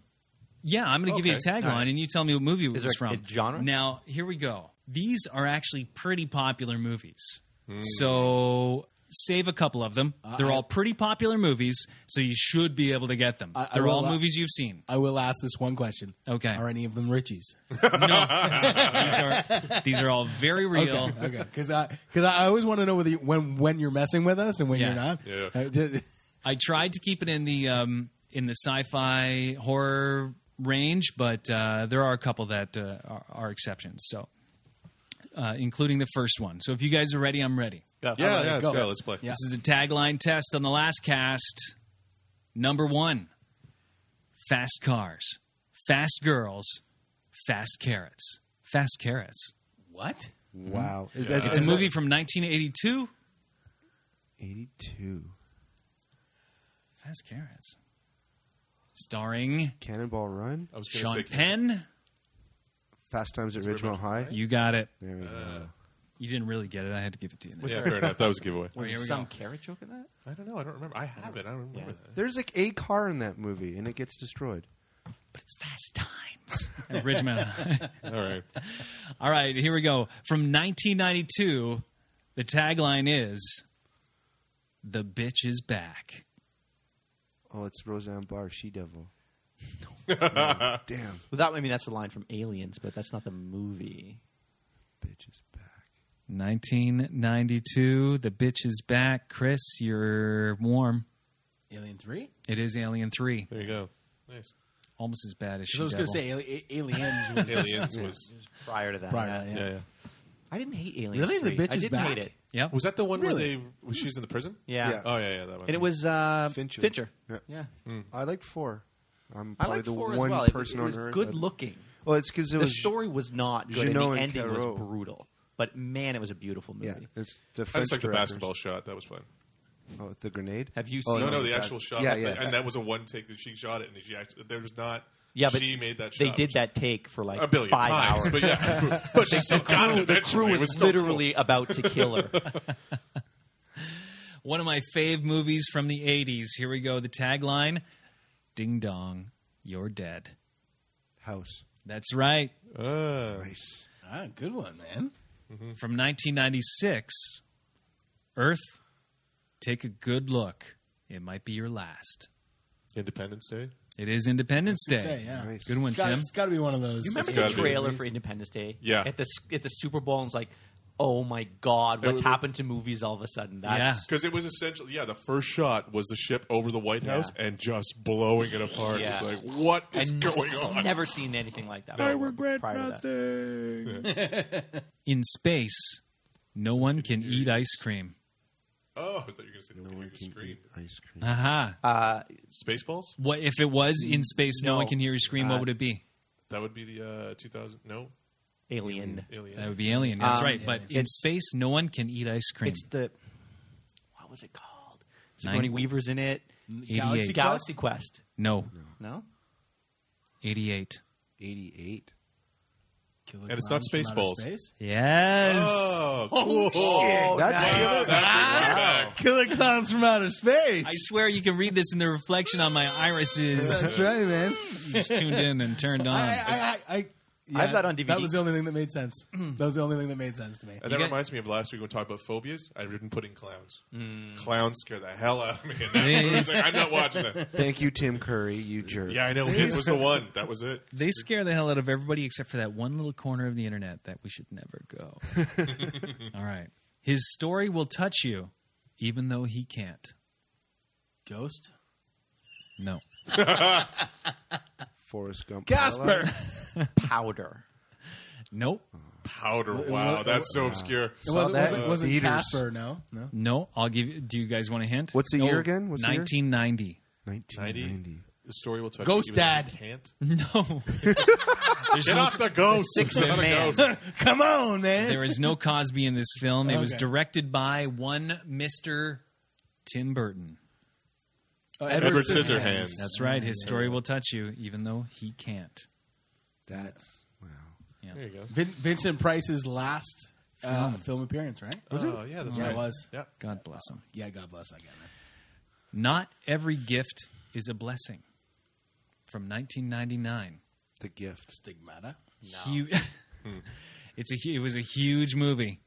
Yeah, I'm going to give you a Okay. tagline, and you tell me what movie it was there from. a genre? Now, here we go. These are actually pretty popular movies. Hmm. So save a couple of them. They're all pretty popular movies, so you should be able to get them. I- I They're will uh, all la- movies you've seen. I will ask this one question. Okay. Are any of them Richies? These are these are all very real. Okay. Because I, cause I always want to know whether you, when when you're messing with us and when Yeah. you're not. Uh, Yeah. I ju- I tried to keep it in the um, in the sci-fi horror range, but uh, there are a couple that uh, are, are exceptions. So, uh, including the first one. So, if you guys are ready, I'm ready. Yeah, yeah. Let's go. go. Let's play. Yeah. This is the tagline test on the last cast. Number one: fast cars, fast girls, fast carrots, fast carrots. What? Mm-hmm. Wow, It's a movie from 1982. Eighty-two. Fast carrots, starring. Cannonball Run, I was gonna Sean say Penn. Fast Times at Ridgemont High. You got it. Uh, There we go. You didn't really get it. I had to give it to you. then. Yeah, fair enough. That was a giveaway. All right, here we some go. carrot joke in that? I don't know. I don't remember. I have it. I don't remember that. There's like a car in that movie, and it gets destroyed. But it's Fast Times at Ridgemont High. All right. All right, here we go. From 1992, the tagline is The Bitch is Back. Oh, it's Roseanne Barr, She Devil. Damn, Well, that I mean that's a line from Aliens, but that's not the movie. bitch is back. 1992, The Bitch is Back. Chris, you're warm. Alien Three. It is Alien 3. There you go. Nice. Almost as bad as she I was going to say Ali- A- Aliens. was Aliens was. Prior to that, prior, yeah. yeah. Yeah, yeah. I didn't hate Aliens. Really? The 3. Bitch I is didn't Back? hate it. Yep. Was that the one where Really? they was she's in the prison? Yeah. Yeah. Oh yeah, yeah, that one. And it was uh, Fincher. Yeah. Yeah. I like four. I'm I probably like the four one as well. It- person it, was on earth. good that- looking. Well, it's because it The was story was not good. and the Jeanneau and ending Caro. was brutal. But man, it was a beautiful movie. Yeah, it's the I French just like the directors. basketball shot. That was fun. Oh, with the grenade. Have you Oh, seen No, no, it? the that- actual shot. yeah, Like, yeah. And that was a one take that she shot it, and she act there was not. Yeah, but she made that. shot. They did that take for like a billion five times, hours. but yeah, but she still got it. the eventually. crew It was, still cool. literally about to kill her. One of my fave movies from the 80s. Here we go. The tagline Ding dong, you're dead. house. That's right. Uh, Nice. Ah, good one, man. From 1996, Earth, take a good look. It might be your last. Independence Day. It is Independence Day. Say, yeah. Nice. Good one, It's got, Tim. it's got to be one of those. You remember gotta the be trailer for Independence Day? Yeah. At the s- at the Super Bowl, and it's like, oh my god, what's was- happened to movies all of a sudden? Yeah. That's Because it was essentially, yeah, the first shot was the ship over the White Yeah. House and just blowing it apart. Yeah. It's like, what is I've going on? Never seen anything like that. I regret nothing. In space, no one can eat ice cream. Oh, I thought you were going to say no one can scream. Eat ice cream. Aha. Spaceballs? What if it was in space? No, No. one can hear you scream. Uh, what would it be? That would be the uh, 2000. No, Alien. Alien. That would be alien. That's Um, right. But in space, no one can eat ice cream. It's the what was it called? Nine- Sigourney Weaver's in it. 88. Galaxy Galaxy Quest. no, No. 88. Eighty-eight. Killer And it's not Clowns from Outer Spaceballs. Space? Yes. Oh, cool. Oh, That's killer. Killer Clowns from Outer Space. I swear you can read this in the reflection on my irises. That's right, man. You just tuned in and turned on. I, I, I, I, yeah, I have that on DVD. That was the only thing that made sense. that was the only thing that made sense to me. And that got- reminds me of last week when we talked about phobias. I've been putting clowns. Hmm. Clowns scare the hell out of me. in that They- movie. I was like, I'm not watching that. Thank you, Tim Curry. You jerk. Yeah, I know. It was the one. That was it. They scare the hell out of everybody except for that one little corner of the internet that we should never go. All right. His story will touch you, even though he can't. Ghost? No. Forrest Gump. Casper! It Powder. Nope. Powder. Wow, that's so obscure. wasn't, that wasn't, in wasn't theaters. Casper, no? No. No. I'll give you. Do you guys want a hint? What's the No. year again? What's the year? 1990. Nineteen 90. ninety. The story will touch Ghost you. even if Dad. you Can't. No. There's Oh. Get no- off the ghost. Six-Man Not a Man. ghost. Come on, man. There is no Cosby in this film. It was Okay. directed by one Mr. Tim Burton. Oh, Edward Scissorhands. That's right. His story will touch you, even though he can't. That's wow. There you go. Vin- Vincent Price's last uh, film appearance, right? Was Oh, yeah, that's Yeah, right. it was. Yeah. God bless him. Yeah, God bless that guy, man. Not every gift is a blessing. From 1999. The gift. Stigmata. Hu- it's a, hu- it was a huge movie.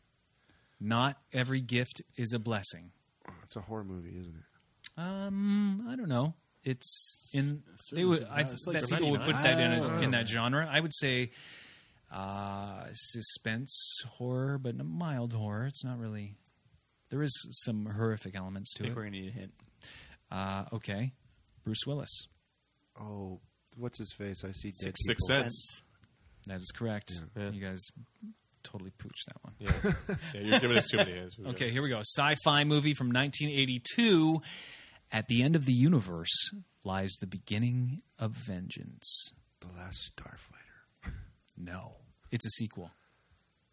Not every gift is a blessing. Oh, It's a horror movie, isn't it? Um, I don't know. It's in they Certainly would it's I, not. It's like that people would put that in a, 79. in that genre. I would say uh, suspense horror, but n- mild horror. It's not really. There is some horrific elements I to think it. we're gonna need a hint. Uh, okay, Bruce Willis. Oh, what's his face? I see dead Six, people. six cents. That is correct. Yeah. You guys totally pooched that one. Yeah. yeah, you're giving us too many hands. Okay, here we go. Sci-fi movie from 1982. At the end of the universe lies the beginning of vengeance. The last Starfighter. No, it's a sequel.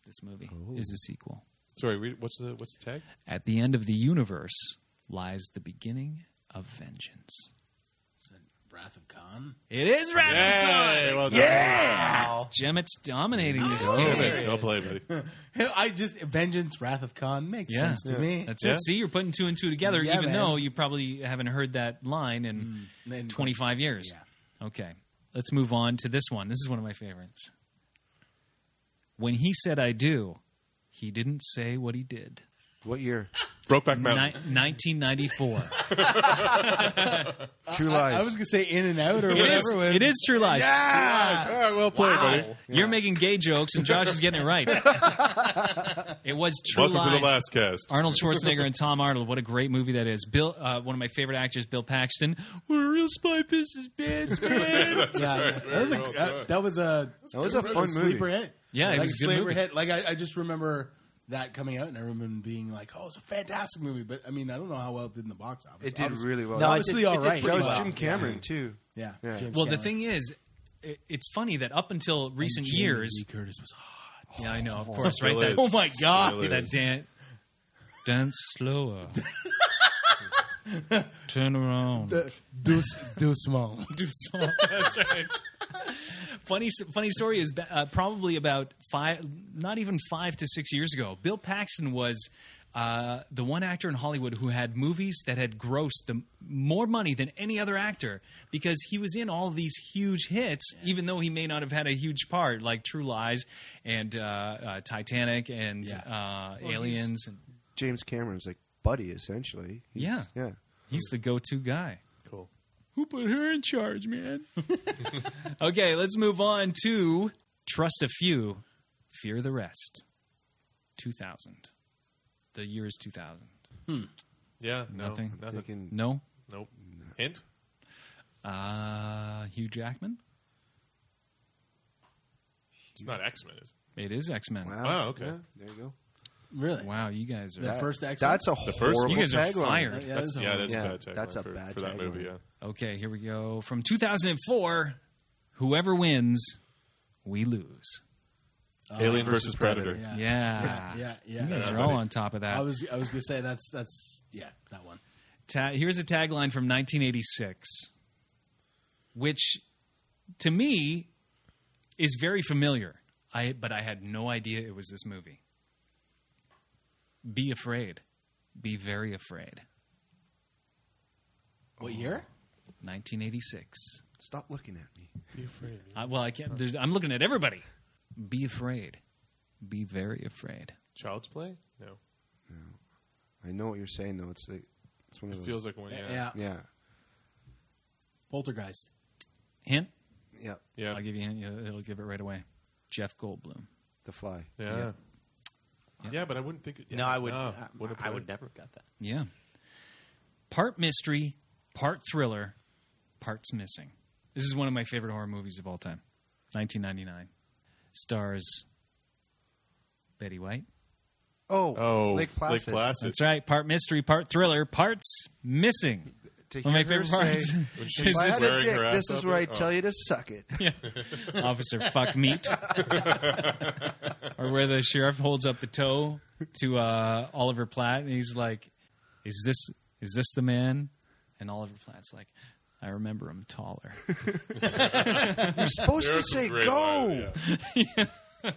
This movie is a sequel. Sorry, read- what's the what's the tag? At the end of the universe lies the beginning of vengeance. Wrath of Khan. It is Wrath of Hey, Khan. well done. Yeah. Jim, it's dominating this Damn game. it. Well played, buddy. I just Vengeance, Wrath of Khan makes Yeah. sense to me. That's Yeah. it. See, you're putting two and two together, Yeah, even man. Mm. though you probably haven't heard that line in Then- 25 years. Okay. Let's move on to this one. This is one of my favorites. When he said I do, he didn't say what he did. What year? Brokeback Ni- Mountain. 1994. True Lies. I was gonna say In and Out or it, is, whatever. it is true life. Yes. All right, well played, buddy. You're making gay jokes, and Josh is getting it right. it was true Welcome lies. to the last cast. Arnold Schwarzenegger and Tom Arnold. What a great movie that is. Bill, uh, one of my favorite actors, Bill Paxton. We're real spy business bands, man. Yeah, that was a well done. that, that was a that was a fun sleeper movie. hit. Yeah, it like was a good sleeper movie. hit. Like I, I just remember that coming out and everyone being like, "Oh, it's a fantastic movie." But I mean, I don't know how well it did in the box office. It did Obviously- really well. No, That obviously, was- all right. That was Well, Jim Cameron too. Yeah. Yeah. James well, the Cameron. thing is, i- it's funny that up until recent Jamie years, Lee Curtis was hot. yeah, I know, of course, right? Still That, is. Oh my God. Still that is. dance, dance slower, turn around, Deuce, Deuce Small. do song. That's right. Funny, funny story is uh, probably about five, not even five to six years ago. Bill Paxton was uh, the one actor in Hollywood who had movies that had grossed the more money than any other actor because he was in all these huge hits, even though he may not have had a huge part, like True Lies and uh, uh, Titanic and Yeah. uh, Aliens. And James Cameron's like buddy essentially. He's- Yeah. yeah. he's the go-to guy. Cool. Who put her in charge, man? okay, let's move on to Trust a Few, Fear the Rest. 2000. The year is 2000. Yeah, no, Nothing. Nothing. Thinking- No? Nope. Hint? Uh, Hugh Jackman? It's not X Men, is it? It is X Men. Wow. Wow, okay. Yeah, there you go. Really? you guys are. The first X. That's a first- horrible you guys are tagline. fired. Yeah, That's, that's a- yeah, that's yeah, a bad tagline. that's a for, bad for that tagline. movie, yeah. Okay, here we go. From 2004, whoever wins, we lose. Oh, Uh, Alien versus Predator. Yeah. Yeah, yeah, You guys Yeah, are all buddy. on top of that. I was I was gonna say that's that's yeah that one. Ta- here's a tagline from 1986, which to me is very familiar. I but I had no idea it was this movie. Be afraid, be very afraid. What year? 1986. Stop looking at me. I, well, I can't. There's, I'm looking at everybody. Be afraid, be very afraid. Child's Play? No. I know what you're saying though. It's like it's one It of those. feels like Oh, one, yeah. yeah. yeah. Poltergeist. Hint. Yeah. Yeah. I'll give you a hint. You'll- It'll give it right away. Jeff Goldblum. The fly. yeah. yeah. but I wouldn't think. Yeah, No, I would. wouldn't I, I put would it. never have got that. Yeah. Part mystery, part thriller, parts missing. This is one of my favorite horror movies of all time. 1999. Stars Betty White. Oh, Oh, Lake Placid. That's right. Part mystery, part thriller, parts missing. To One of my hear her favorite parts. say, When is she's "If I had a wearing dick, her ass this is up where I there- tell oh. you to suck it. Officer Fuck Meat. or where the sheriff holds up the toe to uh, Oliver Platt and he's like, Is this is this the man? And Oliver Platt's like, I remember him taller. You're supposed There to are some say great go. lines, yeah.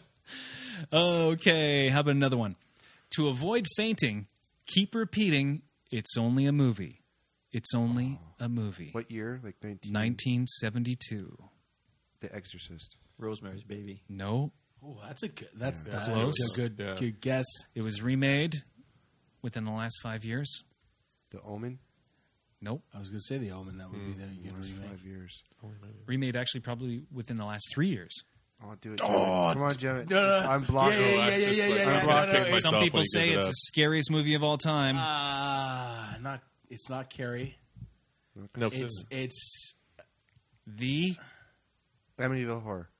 Okay, how about another one? To avoid fainting, keep repeating, it's only a movie. It's only a movie. What year? Like 19. 1972. The Exorcist. Rosemary's Baby. No, Oh, that's a good. That's that's, close. a good Yeah. good guess. it was remade within the last five years. The Omen. Nope. I was gonna say the Omen. That would be the you could Last remake. five years. Remade actually probably within the last three years. Oh, do it. Jim. Come on, Jim. I'm blocked. Yeah, yeah, I yeah, just, yeah, like, yeah, I'm yeah, gonna no, kick no, it's- myself Some people when he say gives it it's up. the scariest movie of all time. Ah, not it's not Carrie. No, It's it's the Amityville Horror.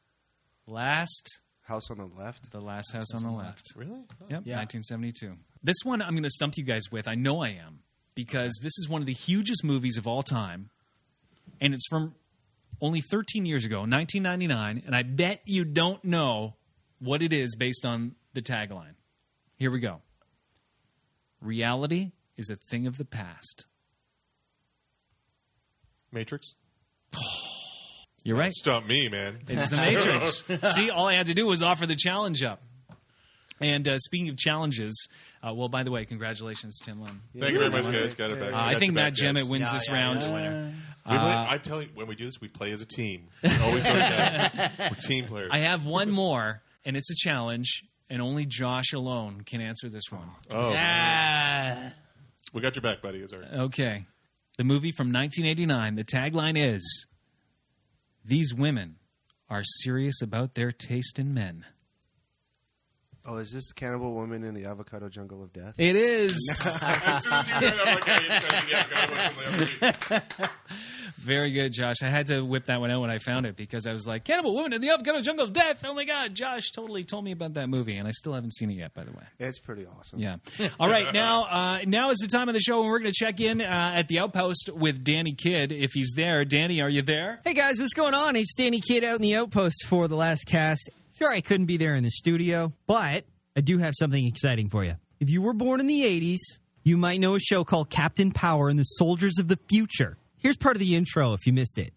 last, House on the Left. the last house on the left. really? Yep, Yeah. 1972. This one I'm going to stump you guys with. I know I am because this is one of the hugest movies of all time, and it's from only 13 years ago, 1999. And I bet you don't know what it is based on the tagline. Here we go. Reality is a thing of the past. Matrix. You're right. Stop me, man. It's the Matrix. See, all I had to do was offer the challenge up. And uh, speaking of challenges, uh, well, by the way, congratulations, Tim Lin. Thank you very much, guys. Got it back. Uh, I Got think your back, Matt Gemmett guys. wins Yeah, this yeah, round. yeah. We play, I tell you, when we do this, we play as a team. We always go together. We're team players. I have one more, and it's a challenge, and only Josh alone can answer this one. oh, we got your back, buddy. It's all right. Okay. The movie from 1989, the tagline is These women are serious about their taste in men. Oh, is this the cannibal woman in the avocado jungle of death? It is. As soon as you heard, I'm like, hey, it's gotta be- yeah, gotta work something else. Very good, Josh. I had to whip that one out when I found it because I was like, Cannibal Woman in the Avocado Jungle of Death. Oh my God, Josh totally told me about that movie, and I still haven't seen it yet, by the way. It's pretty awesome. Yeah. All right. Now, uh, now is the time of the show when we're going to check in uh, at the outpost with Danny Kidd if he's there. Danny, are you there? Hey guys, what's going on? It's Danny Kid out in the outpost for the last cast. Sorry I couldn't be there in the studio, but I do have something exciting for you. If you were born in the 80s, you might know a show called Captain Power and the Soldiers of the Future. Here's part of the intro if you missed it.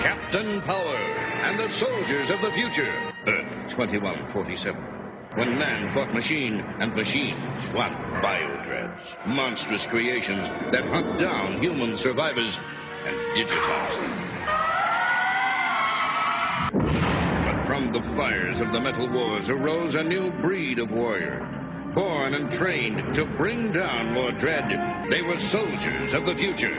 Captain Power and the soldiers of the future. Earth 2147. When man fought machine and machines fought biodreads. Monstrous creations that hunt down human survivors and digitize them. But from the fires of the metal wars arose a new breed of warrior. Born and trained to bring down more dread, they were soldiers of the future.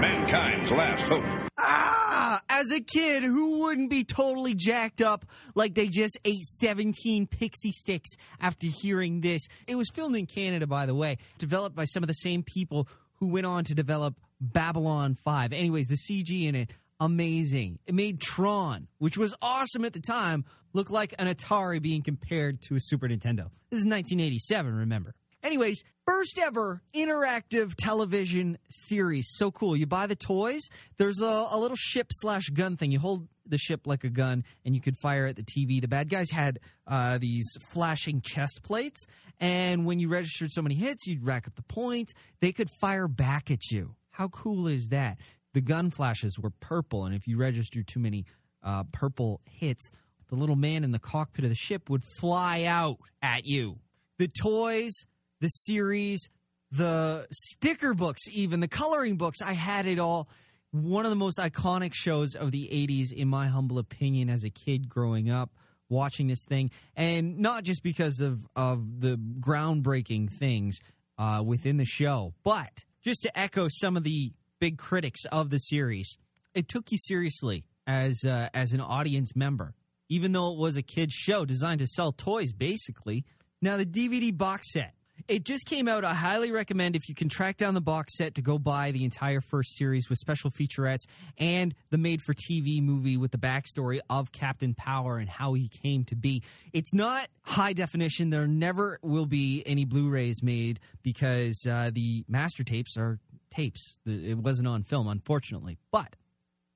Mankind's last hope. Ah! As a kid, who wouldn't be totally jacked up like they just ate 17 pixie sticks after hearing this? It was filmed in Canada, by the way, developed by some of the same people who went on to develop Babylon 5. Anyways, the CG in it, amazing. It made Tron, which was awesome at the time, look like an Atari being compared to a Super Nintendo. This is 1987, remember. Anyways, first ever interactive television series. So cool. You buy the toys. There's a, a little ship slash gun thing. You hold the ship like a gun and you could fire at the TV. The bad guys had uh, these flashing chest plates. And when you registered so many hits, you'd rack up the points. They could fire back at you. How cool is that? The gun flashes were purple. And if you registered too many uh, purple hits, the little man in the cockpit of the ship would fly out at you the toys, the series, the sticker books, even the coloring books. I had it all. One of the most iconic shows of the 80s, in my humble opinion, as a kid growing up, watching this thing. And not just because of, of the groundbreaking things uh, within the show, but just to echo some of the big critics of the series, it took you seriously as, uh, as an audience member even though it was a kids show designed to sell toys basically now the dvd box set it just came out i highly recommend if you can track down the box set to go buy the entire first series with special featurettes and the made for tv movie with the backstory of captain power and how he came to be it's not high definition there never will be any blu-rays made because uh, the master tapes are tapes it wasn't on film unfortunately but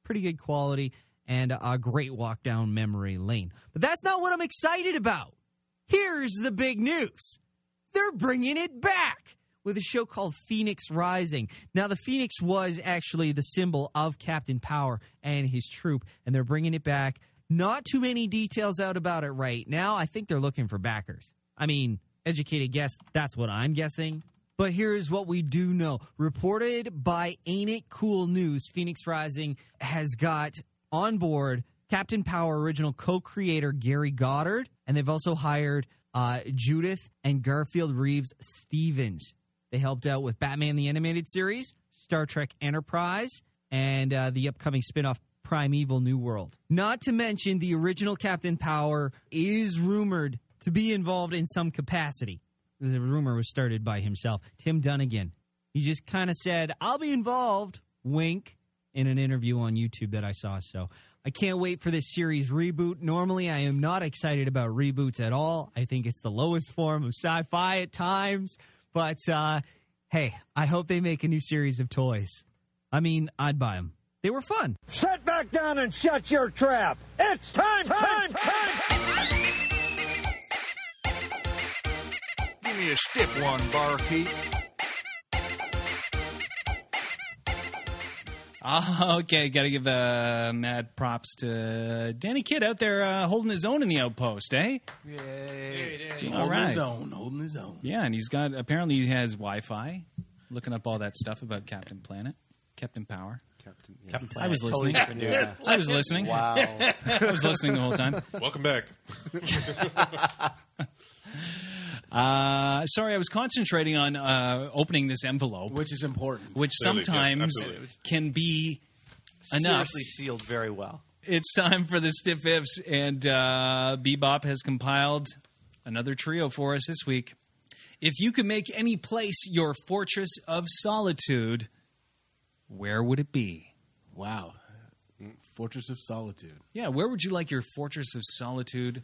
pretty good quality and a great walk down memory lane. But that's not what I'm excited about. Here's the big news they're bringing it back with a show called Phoenix Rising. Now, the Phoenix was actually the symbol of Captain Power and his troop, and they're bringing it back. Not too many details out about it right now. I think they're looking for backers. I mean, educated guess, that's what I'm guessing. But here is what we do know. Reported by Ain't It Cool News, Phoenix Rising has got on board Captain Power original co creator Gary Goddard, and they've also hired uh, Judith and Garfield Reeves Stevens. They helped out with Batman the Animated Series, Star Trek Enterprise, and uh, the upcoming spin off Primeval New World. Not to mention, the original Captain Power is rumored to be involved in some capacity. The rumor was started by himself, Tim Dunnigan. He just kind of said, I'll be involved, wink, in an interview on YouTube that I saw. So I can't wait for this series reboot. Normally, I am not excited about reboots at all. I think it's the lowest form of sci fi at times. But uh, hey, I hope they make a new series of toys. I mean, I'd buy them. They were fun. Sit back down and shut your trap. It's time, time, time. Give me a stiff one, barkeep. Ah, okay, got to give uh, mad props to Danny Kidd out there uh, holding his own in the outpost, eh? All holding right. his own, holding his own. Yeah, and he's got apparently he has Wi-Fi, looking up all that stuff about Captain Planet, Captain Power. Captain. Captain I was Planet, totally listening. different dude. I was listening. Wow. I was listening the whole time. Welcome back. Uh, sorry, I was concentrating on uh, opening this envelope, which, Which is important. Clearly, yes, sometimes absolutely. can be enough. Seriously sealed very well. It's time for the stiff ifs, and uh, Bebop has compiled another trio for us this week. If you could make any place your fortress of solitude, where would it be? Wow. Fortress of Solitude. Yeah, where would you like your fortress of solitude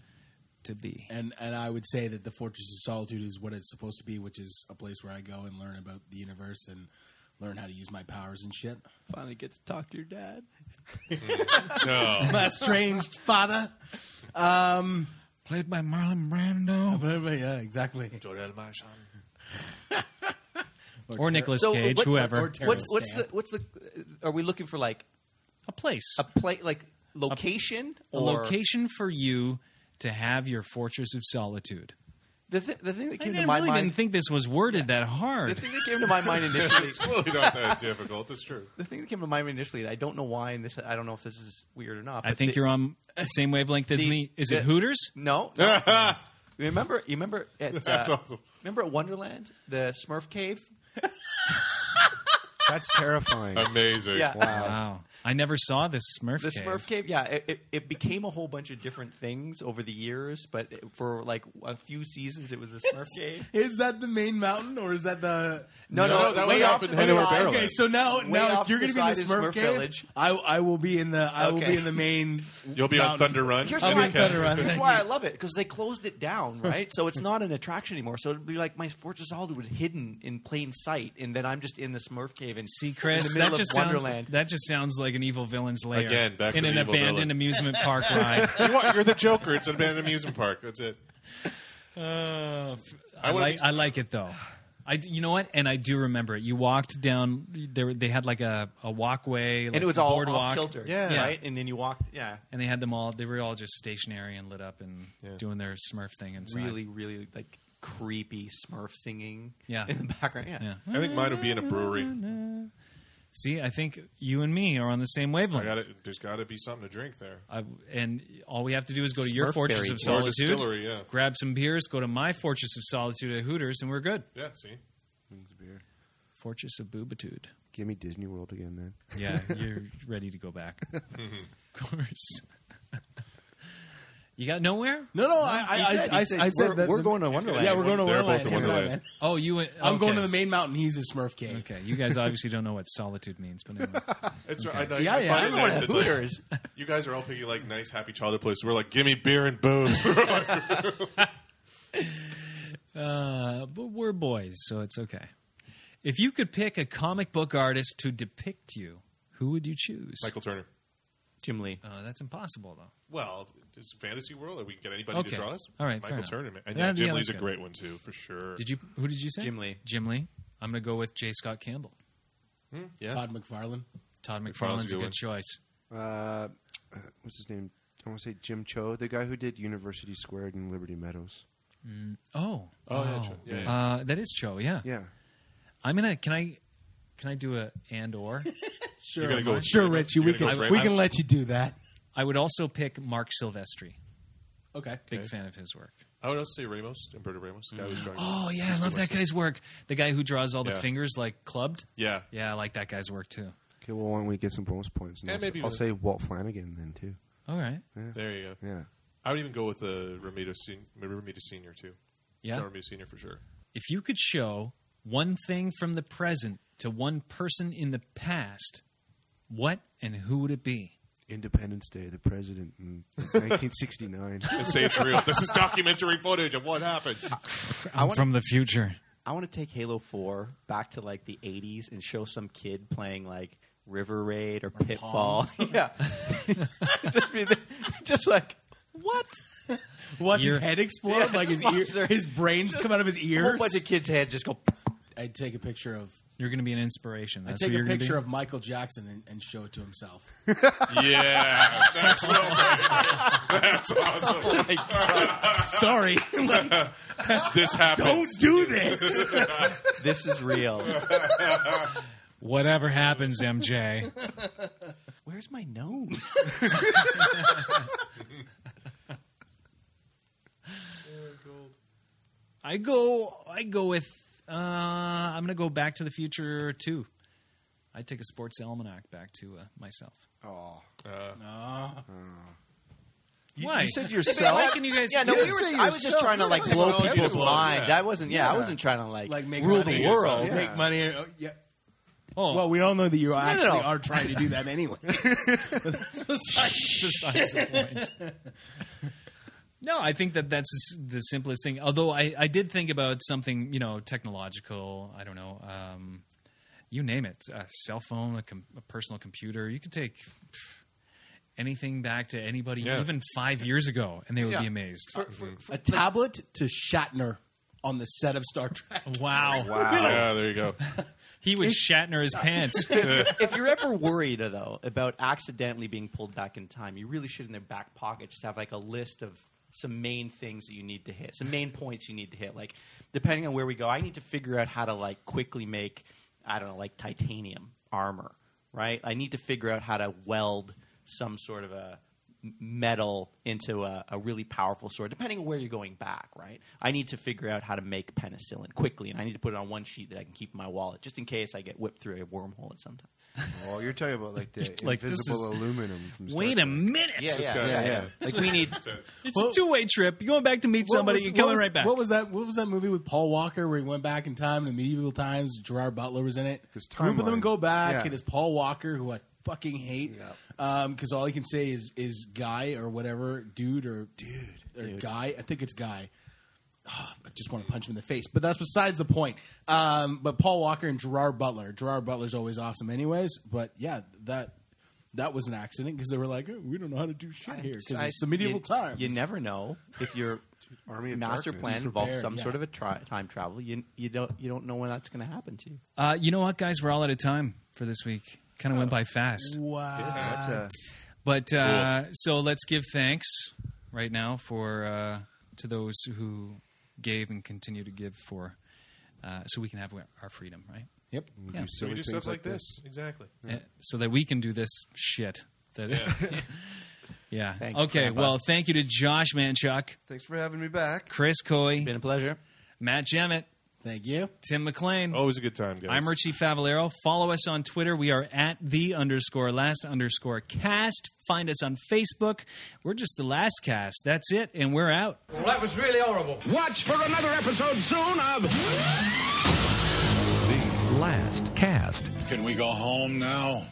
to be? And and I would say that the Fortress of Solitude is what it's supposed to be, which is a place where I go and learn about the universe and learn how to use my powers and shit. Finally get to talk to your dad. No. My estranged father. Played by Marlon Brando yeah, exactly. or Nicolas Cage, what- whoever. or Terrence What's what's the Stamp. what's the? Are we looking for like a place, a play like location a or location for you to have your fortress of solitude. The, th- the thing that I came didn't- to my really mind. didn't think this was worded that the hard. thing that came to my mind initially. it's really not that difficult. It's true. the thing that came to my mind initially. and I don't know why, and this I don't know if this is weird or not. I but think the- you're on the same wavelength as the- me. Is the- it Hooters? No, no. You remember? You remember? At, uh, That's awesome. Remember at Wonderland, the Smurf cave? That's terrifying. Amazing. Yeah. Wow. I never saw this Smurf. The cave. Smurf Cave, yeah, it, it, it became a whole bunch of different things over the years, but it- for like a few seasons, it was the Smurf Cave. Is that the main mountain or is that the No, No, no, that way was off up the in Hanover side. Barrel. Okay, so now Way now off if you're the going to be in the side is Smurf, Smurf Cave, Village. I I will be in the I will Okay. be in the main. You'll be on mountain. Thunder Run. Here's and why, the cat- Thunder Run. here's why I love it because they closed it down, right? So it's not an attraction anymore. So it'd be like my Fortress of Solitude hidden in plain sight, and then I'm just in the Smurf Cave and See, Chris, in the that middle of just, sound, Wonderland. that just sounds like an evil villain's lair. Again, back to in the an evil abandoned villain. amusement park ride. You are- You're the Joker. It's an abandoned amusement park. That's it. Uh, I, wanna like, be- I like it though. I, d- you know what? And I do remember it. You walked down. There, they had like a, a walkway, like and it was a all boardwalk, off kilter, Yeah. right? And then you walked, yeah, and they had them all. They were all just stationary and lit up and doing their Smurf thing inside. really, really like creepy Smurf singing, Yeah. in the background, yeah. Yeah. I think mine would be in a brewery. See, I think you and me are on the same I wavelength. got it. There's got to be something to drink there. I- and all we have to do is go to your Smurfberry fortress of Or a solitude, distillery. Yeah. grab some beers, go to my fortress of solitude at Hooters, and we're good. Yeah. See. Fortress of boobitude. Give me Disney World again, then. Yeah, you're ready to go back. Mm-hmm. of course. you got nowhere? No, no, I I, He said- I, he I, said I said we're- that we're the- going to Wonderland. Yeah, we're going to They're both Wonderland. to Hang on, Wonderland. man. Oh, you went. I'm going okay. to the main mountain. He's a Smurf Cave. Okay, you guys obviously don't know what solitude means, but anyway. It's right. I, I, Yeah, I yeah. find it Everyone's nice that, like, Hooters. you guys are all picking like nice, happy childhood places. We're like, give me beer and booze. Uh, but we're boys, so it's okay. If you could pick a comic book artist to depict you, who would you choose? Michael Turner. Jim Lee. Uh, that's impossible, though. Well, it's fantasy world. We can get anybody Okay. to draw us. All right, fair Michael enough. Turner. man. And Yeah, yeah, yeah, Jim that's Lee's a good. great one too, for sure. Did you? Who did you say? Jim Lee. Jim Lee. I'm going to go with J. Scott Campbell. yeah. Todd McFarlane. Todd McFarlane's McFarlane's a a good good one. choice. Uh, what's his name? I want to say Jim Cho, the guy who did University Squared and Liberty Meadows. Oh, Oh, yeah, wow. Cho. Yeah, yeah. Uh, that is Cho. Yeah. Yeah. I'm gonna. Can I? Can I do a and or? Sure, gonna go with- sure, you're gonna- Richie. you're We gonna go can with we Ray- can I'm- let you do that. I would also pick Mark Silvestri. Okay. Big fan of his work. I would also say Ramos, Umberto Ramos. The guy who's drawing. Oh yeah, I love that guy's work. The guy who draws all the Yeah. fingers like clubbed. Yeah. Yeah, I like that guy's work too. Okay, well, why don't we get some bonus points? And Yeah, I'll, maybe I'll we- say Walt Flanagan then, too. All right. There you go. Yeah. I would even go with uh, Romita, Sen- Romita Senior too. Yeah. John Romita Senior for sure. If you could show one thing from the present to one person in the past, what and who would it be? Independence Day, the president in 1969. And say it's real. this is documentary footage of what happened. I'm from the future. I want to take Halo Four back to like the '80s and show some kid playing like River Raid or, Pitfall. yeah, just, be the- just like what? Watch You're- his head explode, Yeah, like his watch their- ear, his brains come out of his A whole ears. bunch of kids' head just go. I'd take a picture of You're going to be an inspiration. That's I what take a you're going picture to of Michael Jackson and, and show it to himself. Yeah, that's well played. That's Oh awesome. Sorry. This happened. do this. This is real. Whatever happens, MJ. Where's my nose? I go. I go with. Uh, I'm going to go Back to the Future too. I take a sports almanac back to uh, myself. Oh, Uh. Why? you said yourself. Why can you guys? Yeah, no, You we didn't were, say I was just yourself. trying to You like said blow technology people's blow, yeah. minds. I wasn't. Yeah, I wasn't trying to like, Like make rule money the or world. something. Make money. uh, Yeah. Oh, Well, we all know that you actually no. are trying to do that anyway. besides the point. No, I think that that's the s- the simplest thing. Although I, I did think about something, you know, technological. I don't know, um, you name it, a cell phone, a, com- a personal computer. You could take pff, anything back to anybody, Yeah. even five years ago, and they would be amazed. a tablet to Shatner on the set of Star Trek. wow. Yeah, there you go. he would Shatner his pants. if you're ever worried uh, though about accidentally being pulled back in time, you really should in their back pocket just have like a list of some main things that you need to hit, some main points you need to hit. Like depending on where we go, I need to figure out how to like quickly make I don't know like titanium armor, right? I need to figure out how to weld some sort of a m- metal into a, a really powerful sword depending on where you're going back right i need to figure out how to make penicillin quickly and i need to put it on one sheet that i can keep in my wallet just in case i get whipped through a wormhole at some time Oh, you're talking about like the like, this invisible aluminum. From Star Wait a Trek. minute. yeah, yeah, Yeah, yeah. Like we need. It's a two way trip. You're going back to meet somebody, What you're was- coming what was- right back. What was that? What was that movie with Paul Walker where he went back in time in the medieval times? Gerard Butler was in it. His Group of them timeline. go back. Yeah. It is Paul Walker who I fucking hate because all he can say is is guy or whatever, dude or dude or guy. I think it's guy. Ah, I just want to punch him in the face, but that's besides the point. Um, but Paul Walker and Gerard Butler. Gerard Butler's always awesome, anyways. But yeah, that that was an accident because they were like, oh, we don't know how to do shit here because I- it's the medieval you, times. You never know if your Army of master Darkness. plan involves Prepared, some yeah. sort of a tri- time travel. You you don't you don't know when that's going to happen to you. Uh, you know what, guys? We're all out of time for this week. Kind Uh, of went by fast. That's, uh, But uh, so let's give thanks right now for uh, to those who gave and continue to give for uh, so we can have our freedom, right? Yep. Yeah. So we do things stuff like like this. Exactly. Uh, so that we can do this shit. That, yeah. Thanks, okay. Grandpa. Well, thank you to Josh Manchuk, Thanks for having me back. Chris Coy, Been a pleasure. Matt Jemmett, Thank you. Tim McLean. Oh, Always a good time, guys. I'm Richie Favalero. Follow us on Twitter. We are at the underscore last underscore cast. Find us on Facebook. We're just the last cast. That's it, and we're out. Well, that was really horrible. Watch for another episode soon of. Last Cast. Can we go home now?